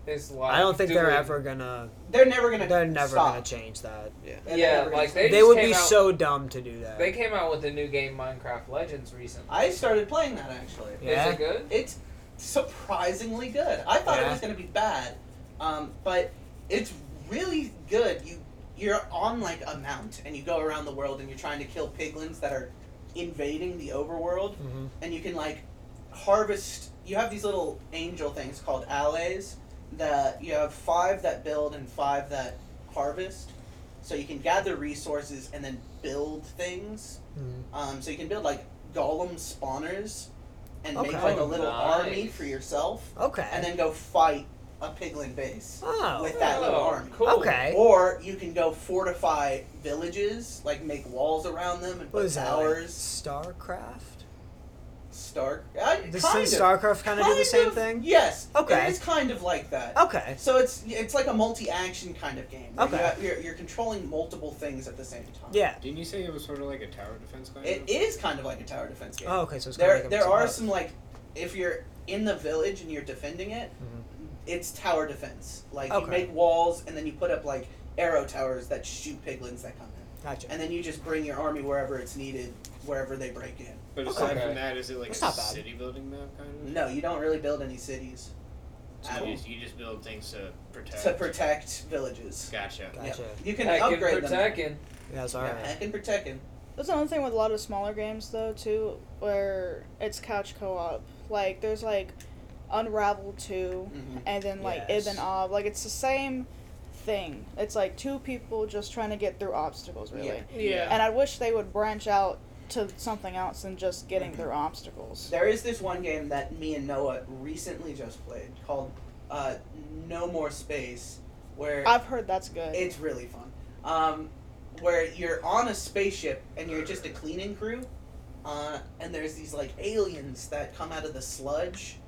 A: is like.
B: I don't think they're
A: doing-
B: ever gonna.
F: They're never gonna.
B: They're never
F: stop.
B: gonna change that.
F: They're
A: Yeah,
F: never gonna
A: like,
F: stop.
A: They
B: They,
A: just
B: would
A: came
B: be
A: out-
B: so dumb to do that.
A: They came out with a new game, Minecraft Legends, recently.
F: I started playing that actually.
A: Is
B: yeah,
A: it good?
F: It's surprisingly good. I thought it
B: Yeah.
F: was going to be bad, um, but it's really good. You you're on like a mount and you go around the world and you're trying to kill piglins that are invading the overworld,
B: Mhm.
F: and you can like harvest. You have these little angel things called allays that you have five that build and five that harvest. So you can gather resources and then build things.
B: Mhm.
F: Um, so you can build like golem spawners and make
B: Okay.
F: like a little
A: Nice.
F: army for yourself,
B: okay.
F: and then go fight a piglin base
B: oh,
F: with that little
A: Oh,
F: army.
A: Cool.
B: okay.
F: Or you can go fortify villages, like make walls around them and
B: What
F: put
B: is that? Like
F: towers.
B: StarCraft?
F: Stark. I,
B: Does
F: kind of,
B: StarCraft kind of do the same
F: of,
B: thing?
F: Yes.
B: Okay.
F: It's kind of like that.
B: Okay.
F: So it's it's like a multi-action kind of game. where
B: Okay.
F: You have, you're, you're controlling multiple things at the same time.
B: Yeah.
D: Didn't you say it was sort of like a tower defense kind
F: It
D: of?
F: is kind of like a tower defense game.
B: Oh, okay. So it's
F: there
B: kind of like a
F: there
B: mix of
F: are
B: both.
F: some like if you're in the village and you're defending it,
B: Mhm.
D: Mm-hmm.
F: it's tower defense. Like
B: Okay.
F: you make walls and then you put up like arrow towers that shoot piglins that come in,
B: Gotcha.
F: and then you just bring your army wherever it's needed, wherever they break in.
D: But aside
A: Okay.
D: from that, is it like
B: That's
D: a
B: not bad.
D: city building map kind of?
F: No, you don't really build any cities
D: So
F: at
D: you,
F: all.
D: just, you just build things to protect.
F: to protect villages.
D: Gotcha.
F: Yeah.
B: Gotcha.
F: You can
A: Heck, in
F: upgrade them.
A: Proteckin,
B: Yeah, that's
F: Yeah,
B: alright.
F: heck and protect them.
C: That's another thing with a lot of smaller games though too, where it's couch co-op. Like there's like Unravel two,
F: Mhm.
C: and then like
B: Yes.
C: Ibn Ob. Like it's the same thing. It's like two people just trying to get through obstacles really.
F: Yeah.
E: Yeah.
C: And I wish they would branch out to something else than just getting through obstacles.
F: There is this one game that me and Noah recently just played called uh, No More Space, where
C: I've heard that's good.
F: It's really fun. Um, where you're on a spaceship and you're just a cleaning crew, uh, and there's these like aliens that come out of the sludge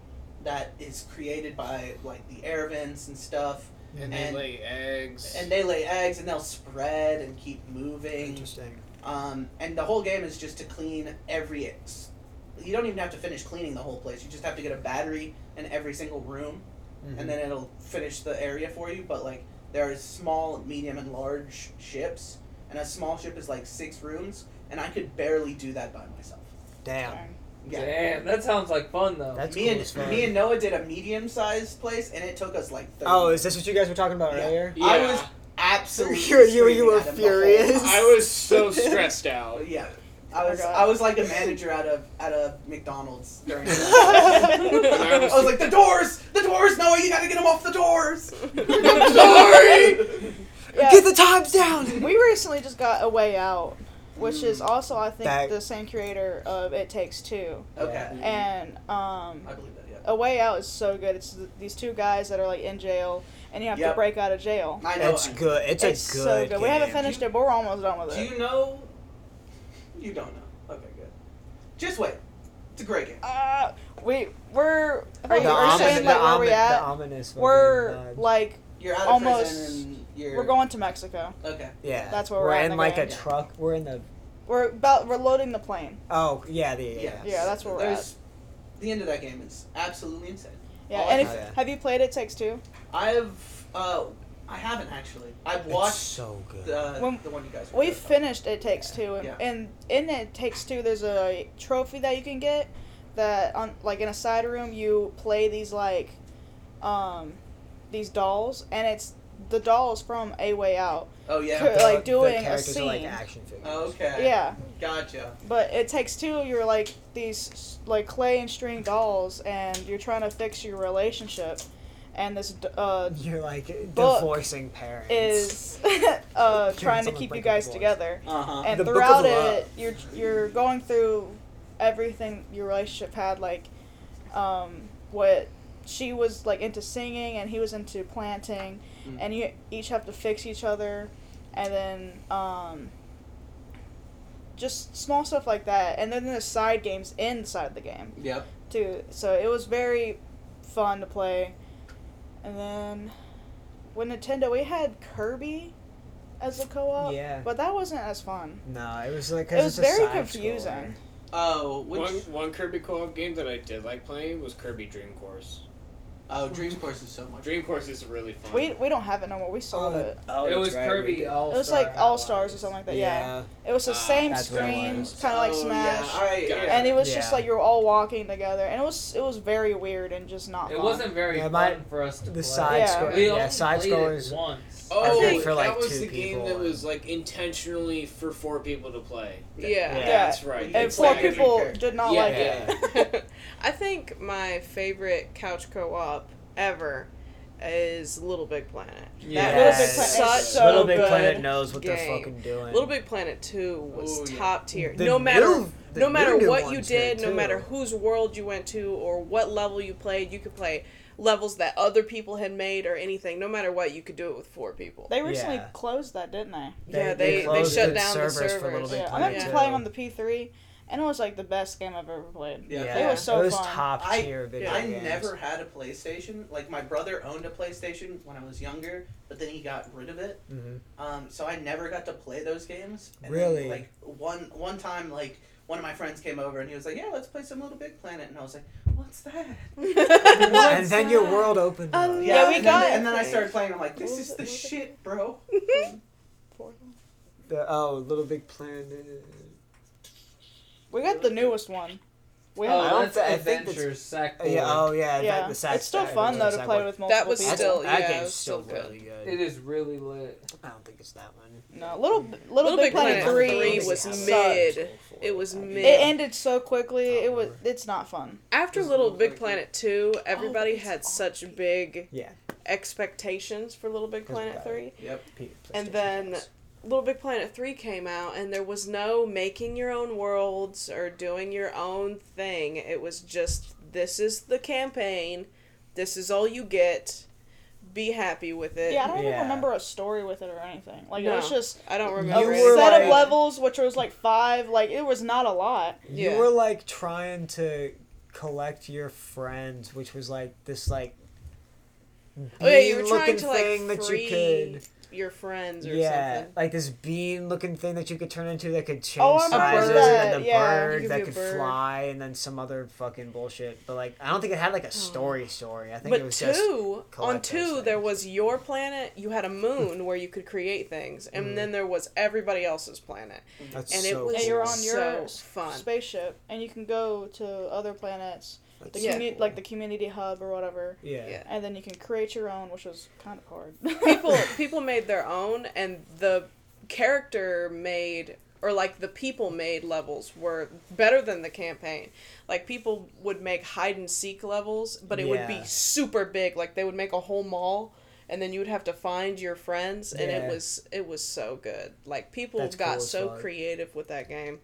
F: that is created by like the air vents and stuff,
D: And,
F: And-
D: they lay eggs.
F: and they lay eggs and they'll spread and keep moving.
B: Interesting.
F: Um, and the whole game is just to clean every. Ex- you don't even have to finish cleaning the whole place. You just have to get a battery in every single room
B: Mm-hmm.
F: and then it'll finish the area for you. But like there is small, medium, and large ships, and a small ship is like six rooms, and I could barely do that by myself.
B: Damn.
C: Darn.
A: Damn, that sounds like fun though.
B: That's
F: me
B: cool
F: and
B: as fuck.
F: me and Noah did a medium-sized place, and it took us like thirty.
B: Oh, is this what you guys were talking about
F: Yeah.
B: earlier?
D: yeah.
F: I was absolutely.
B: You- you- you
F: screaming
B: were
F: at him the whole time.
B: furious.
D: I was so stressed out.
F: But yeah.
D: Oh
F: I was
C: God.
F: I was like a manager at a at a McDonald's during.
D: And I
F: I
D: was,
F: was like the doors, the doors, Noah, you gotta get them off the doors.
C: Yeah.
B: Get the times down.
C: we recently just got A Way Out, which is also I think
B: Mm. That-
C: the same creator of It Takes Two,
F: Okay,
C: and um,
F: I believe that. Yeah.
C: A Way Out is so good. It's th- these two guys that are like in jail, and you have to
F: Yep.
C: break out of jail.
F: I know.
B: It's good. It's,
C: It's
B: a good.
C: so good. We haven't
B: game.
C: finished it, but we're almost done with
F: Do
C: it.
F: you know? You don't know. Okay, good. Just wait. It's a great game.
C: Uh, we we're are
B: The
C: you are you
B: omin-
C: saying
B: the
C: like where
B: omin-
C: we
B: the
C: at?
B: ominous fucking
C: We're
B: nod.
C: like
F: You're out of
C: Almost.
F: prison and you're.
C: we're going to Mexico.
F: Okay.
B: yeah.
C: that's where
B: we're
C: we're at in
B: in
C: the
B: like a
C: game.
B: truck. We're in the.
C: We're about we're loading the plane.
B: Oh yeah, the yeah.
F: Yeah.
C: Yeah, that's where we're
F: There's. The end of that game is absolutely insane.
C: Yeah,
F: Oh,
C: and
B: okay.
C: if, have you played It Takes Two?
F: I've. Uh, I haven't actually. I've
B: It's
F: watched
B: so good.
F: the,
C: When-
F: the one you guys. were
C: We
F: talking
C: finished It Takes Two, and,
F: Yeah.
C: and in It Takes Two, there's a trophy that you can get that on like in a side room you play these like um these dolls, and it's the dolls from A Way
F: about.
C: Out.
F: Oh yeah.
C: Could-
B: The-
C: like,
B: the
C: doing a
B: characters are like
C: scene.
B: action figures.
F: Okay.
C: Yeah,
F: Gotcha.
C: but It Takes Two, you're like these like clay and string dolls, and you're trying to fix your relationship, and this d- uh
B: You're like
C: Book
B: divorcing parents.
C: is uh trying to
B: someone
C: keep you
B: break up
C: guys
B: the boys.
C: together.
F: Uh huh.
C: and
B: The Book of
C: throughout
B: Love.
C: it, you're you're going through everything your relationship had, like um, what she was like into singing and he was into planting,
F: Mm.
B: Mm-hmm.
C: and you each have to fix each other, and then um, just small stuff like that, and then there's side games inside the game
F: Yep.
C: too. So it was very fun to play, and then with Nintendo, we had Kirby as a co-op.
B: Yeah.
C: But that wasn't as fun.
B: No, it was like. 'cause
C: It
B: it's
C: was
B: a
C: very
B: side
C: confusing.
F: Oh, which
D: One, one Kirby co-op game that I did like playing was Kirby Dream Course.
F: oh, Dream Course is so much.
D: Dream Course is really fun.
C: We, we don't have it no more. We sold
B: scroller.
C: it.
B: Oh,
A: it
B: that's
A: was
B: right, we
A: Kirby
F: uh,
B: did.
A: All
C: It was like All Stars or something like that. Yeah.
B: Yeah.
C: It was the
D: Ah,
C: same
B: that's what it
C: screen, kind
B: was.
C: of like
F: Oh,
C: Smash.
F: Yeah. All right.
D: Got it.
C: And it was just
B: Yeah.
C: like you were all walking together, and it was it was very weird and just not.
A: It
C: fun.
A: wasn't very
B: Yeah,
A: fun
B: my-
A: for us to
B: the
A: play.
B: side
C: Yeah.
B: scroll-
A: We
B: yeah,
A: only
B: side
A: played it
B: scrollers-
A: once.
D: Oh,
B: I think for, like,
D: that was
B: two
D: the game
B: people
D: that
B: and-
D: was like intentionally for four people to play.
E: yeah.
B: Yeah.
D: That's right.
F: And
C: And
D: It's
C: four
D: like-
C: people did not
D: Yeah,
C: like
D: yeah.
C: it.
E: I think my favorite couch co-op ever is Little Big Planet.
A: Yeah.
E: That was
B: Yes.
E: such
C: So
B: Little Big
E: good.
B: Planet knows what they're
E: game.
B: fucking doing.
E: Little Big Planet Two was
F: Oh, yeah.
E: top tier.
B: The
E: no matter
B: new- the
E: no
B: new
E: matter
B: new
E: what you
B: one's good,
E: did, no
B: too.
E: matter whose world you went to or what level you played, you could play levels that other people had made or anything. No matter what, you could do it with four people.
C: They recently
B: Yeah.
C: closed that, didn't they?
E: yeah, they- they
B: closed
E: shut
B: the
E: down the
B: servers for
E: servers.
B: Little Big
C: Yeah. I
B: Planet
C: remember
B: too.
C: playing on the P3, and it was like the best game I've ever played.
F: Yeah.
C: It was so
B: Those
C: fun.
B: top
F: I-
B: tier video
F: I
B: games.
F: never had a PlayStation. Like my brother owned a PlayStation when I was younger, but then he got rid of it.
B: Mhm.
F: Um, so I never got to play those games. And
B: Really?
F: Then, like one one time, like one of my friends came over and he was like, "Yeah, let's play some Little Big Planet," and I was like, "What's that?"
B: And then your world opened up.
E: Um,
C: Yeah, we
F: and
C: got
F: Then,
C: it.
F: and then I started playing. I'm like,
E: What
F: "This
E: was
F: is
E: it-
F: the
E: what was it?
F: shit, bro."
B: The, oh, Little Big Planet.
C: We got the newest one. We
A: Oh,
B: I
C: have
B: don't
A: that's
B: thi- I think
A: Adventure Sackboy.
B: Oh, yeah, oh yeah,
C: yeah.
B: That, the sack
C: it's still
B: stack,
C: fun
B: the
C: though to
B: sack
C: play
B: one.
C: with multiple
E: That was
C: people.
B: That's-
E: still-
B: that
E: yeah, it
B: game's
E: was
B: still
E: still good.
B: really good.
A: It is really lit.
B: I don't think it's that one.
C: no little little,
E: Little
C: Big, Planet, three
E: Three was
C: sucked.
E: mid. It was mid.
C: It ended so quickly. It was. It's not fun.
E: After
D: Doesn't
E: Little
D: look
E: Big
D: like it.
E: Planet 2, everybody
C: it's
E: had such big
B: Oh, Yeah.
E: expectations for Little Big
B: Because
E: Planet
B: of
E: 3.
F: Yep.
B: P-
E: And
B: PlayStation
E: then-
B: games.
E: Little Big Planet 3 came out, and there was no making your own worlds or doing your own thing. It was just this is the campaign, this is all you get, be happy with it.
C: Yeah, I don't
B: Yeah.
C: even remember a story with it or anything. Like it
E: No.
C: was just
E: I don't
C: a
E: remember.
B: You
E: anything.
B: were
C: set of
B: like-
C: levels, which was like five. Like it was not a lot.
E: Yeah.
B: You were like trying to collect your friends, which was like this like
E: Oh, yeah, you were trying
B: bean-looking
E: to, like,
B: thing that you
E: free
B: could
E: your friends or
B: yeah,
E: something.
B: like this bean looking thing that you could turn into that could change
C: Oh, I remember
B: sizes, and
C: that,
B: then the
C: yeah.
E: You could
B: bird
E: be
B: that
E: a
B: could
E: bird.
B: fly, and then some other fucking bullshit. But like, I don't think it had like a story story. I think it
E: But
B: was just
E: two on
B: collect those
E: two there
B: things.
E: was your planet. You had a moon where you could create things, and
B: Mm.
E: then there was everybody else's planet,
B: that's
E: and
B: so
E: it was
C: And
B: cool.
C: you're on your
E: so
C: s-
E: fun.
C: Spaceship, and you can go to other planets.
B: That's
C: The
B: so
C: commu-
B: cool.
C: like the community hub or whatever,
B: yeah.
E: Yeah.
C: and then you can create your own, which was kind of hard.
E: people people made their own, and the character made or like the people made levels were better than the campaign. Like people would make hide and seek levels, but it would
B: Yeah.
E: be super big. Like they would make a whole mall. And then you would have to find your friends, and
B: Yeah.
E: it was it was so good. Like people
B: That's
E: got
B: cool as
E: so
B: fuck.
E: creative with that game,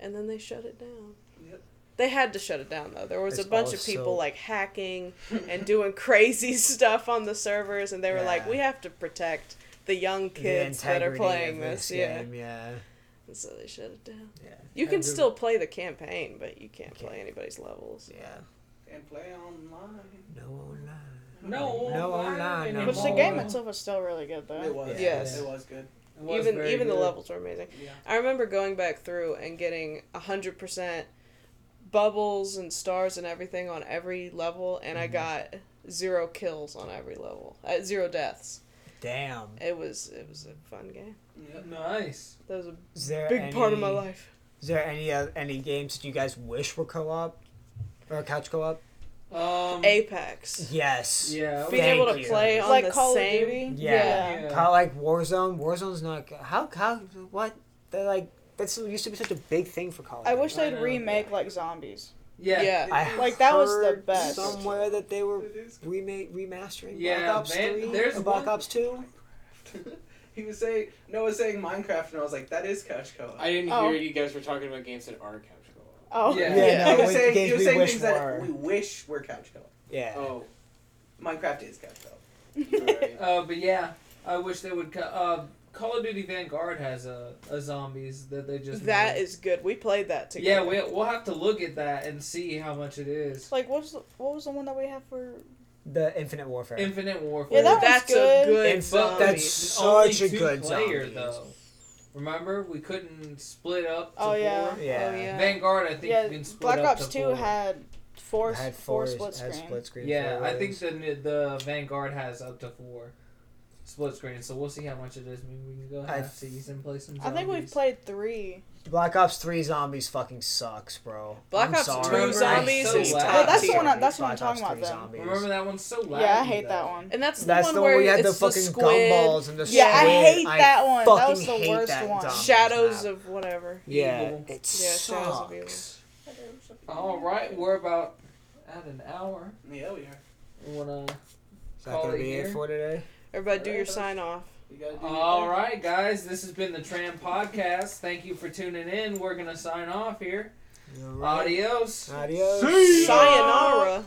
E: and then they shut it down.
F: Yep.
E: They had to shut it down though. There was
B: It's
E: a bunch
B: all
E: of people
B: so-
E: like hacking and doing crazy stuff on the servers, and they were like,
B: Yeah.
E: "We have to protect the young
B: The
E: kids that are
B: integrity
E: playing
B: of
E: this." Yeah,
B: game, yeah.
E: and so they shut it down.
B: Yeah.
E: You can
A: And the-
E: still play the campaign, but you can't
B: Can't.
E: play anybody's levels.
B: Yeah.
F: And play online.
B: No online.
A: No,
B: No
A: online
B: online, no
C: Which the
A: anymore.
C: game itself was still really good though.
F: It was.
E: Yes.
F: It was good.
A: It was
E: even
A: very
E: even the
A: good.
E: levels were amazing.
F: Yeah.
E: I remember going back through and getting hundred percent bubbles and stars and everything on every level, and I
B: Mhm.
E: got zero kills on every level, uh, zero deaths.
B: Damn.
E: It was it was a fun game.
F: Yep.
A: Uh, Nice.
E: That was a
B: Is there
E: big part of my
B: any-
E: life.
B: Is there any uh, any games that you guys wish were co-op or couch co-op?
A: Um,
E: Apex.
B: Yes.
A: Yeah.
E: Being
B: Thank
E: able to
B: you.
E: play on
C: like
E: the
C: Call
E: same.
C: of Duty.
B: Yeah.
C: um,
B: Kind of like Warzone. Warzone's not how how what they like. That's used to be such a big thing for college.
C: I wish
A: I
C: they'd
A: know.
C: remake like zombies.
A: Yeah.
E: Yeah.
B: I
C: Like, that was the
B: heard
C: best.
B: Somewhere that they were
F: It is
B: remake remastering
A: Yeah,
B: Black Ops
A: man,
B: Three,
A: there's
B: or Black
A: one-
B: Ops Two.
F: he was saying Noah was saying Minecraft, and I was like, that is couch co-op.
D: I didn't
C: Oh.
D: hear you guys were talking about games that are couch co-op.
C: Oh
A: Yeah.
B: Yeah,
F: he
B: no,
F: was
B: we-
F: saying,
B: games
F: he was
B: we
F: saying
B: wish
F: things
B: were.
F: that we wish were couch co-op.
B: Yeah.
D: Oh,
F: Minecraft is couch co-op.
D: right.
A: Uh, but yeah, I wish they would. Co- uh, Call of Duty Vanguard has a, a zombies that they just
E: That
A: made.
E: is good. We played that
A: Yeah,
E: together.
A: we, we'll have to look at that and see how much it is.
C: Like what's the, what was the one that we have for?
B: The Infinite Warfare.
A: Infinite Warfare.
C: Yeah, that was
E: That's
C: good.
E: a good
B: It's-
E: zombie.
B: that's
A: It's
B: such
A: only
B: a
A: two
B: good
A: player
B: zombies.
A: though. Remember, we couldn't split up. To
C: Oh yeah.
A: four.
B: Yeah.
E: Oh, yeah.
A: Vanguard, I think
C: yeah.
A: you can split
C: Black
A: up
C: Ops
A: to
C: Two
A: four.
C: had four
B: Had
C: s- four
B: fours-
C: split
B: had
C: screen.
B: split screen.
A: Yeah,
B: for
A: I think
B: those.
A: the the Vanguard has up to four split screen, so we'll see how much it is. Maybe we can go
B: I
A: half seas and play some.
C: I think we've
A: zombies.
C: played three.
B: Black Ops Three zombies fucking sucks, bro.
E: Black
B: I'm
E: Ops
B: sorry.
E: 2
B: I'm
A: zombies
B: so
A: is
B: glad.
A: top Well, that's
C: the tier. one I- that's what I'm
B: Black Ops
C: talking about
B: 3
C: then.
B: zombies.
A: Remember that one's so loud.
C: Yeah, I hate that one.
E: and that's the
B: That's
E: one
B: the one
E: where
B: where you had the
E: it's
B: fucking
E: squid,
B: gumballs and the
C: Yeah, I
B: squid.
C: hate that one. That
B: fucking
C: was the
B: hate
C: worst
B: that
C: one.
B: zombie
E: shadows
B: map.
E: of whatever.
B: yeah,
A: Evil.
B: it
E: Shadows of Evil.
B: sucks.
A: All right, we're about at an hour.
F: Yeah, we are.
A: We wanna.
B: Is that gonna be it for today?
E: Everybody, do your
F: Alright.
E: sign off.
F: You gotta do your
A: All
F: thing.
A: right, guys, this has been the Tram Podcast. Thank you for tuning in. We're gonna sign off here.
B: Alright.
A: Adios.
B: Adios.
E: Sayonara.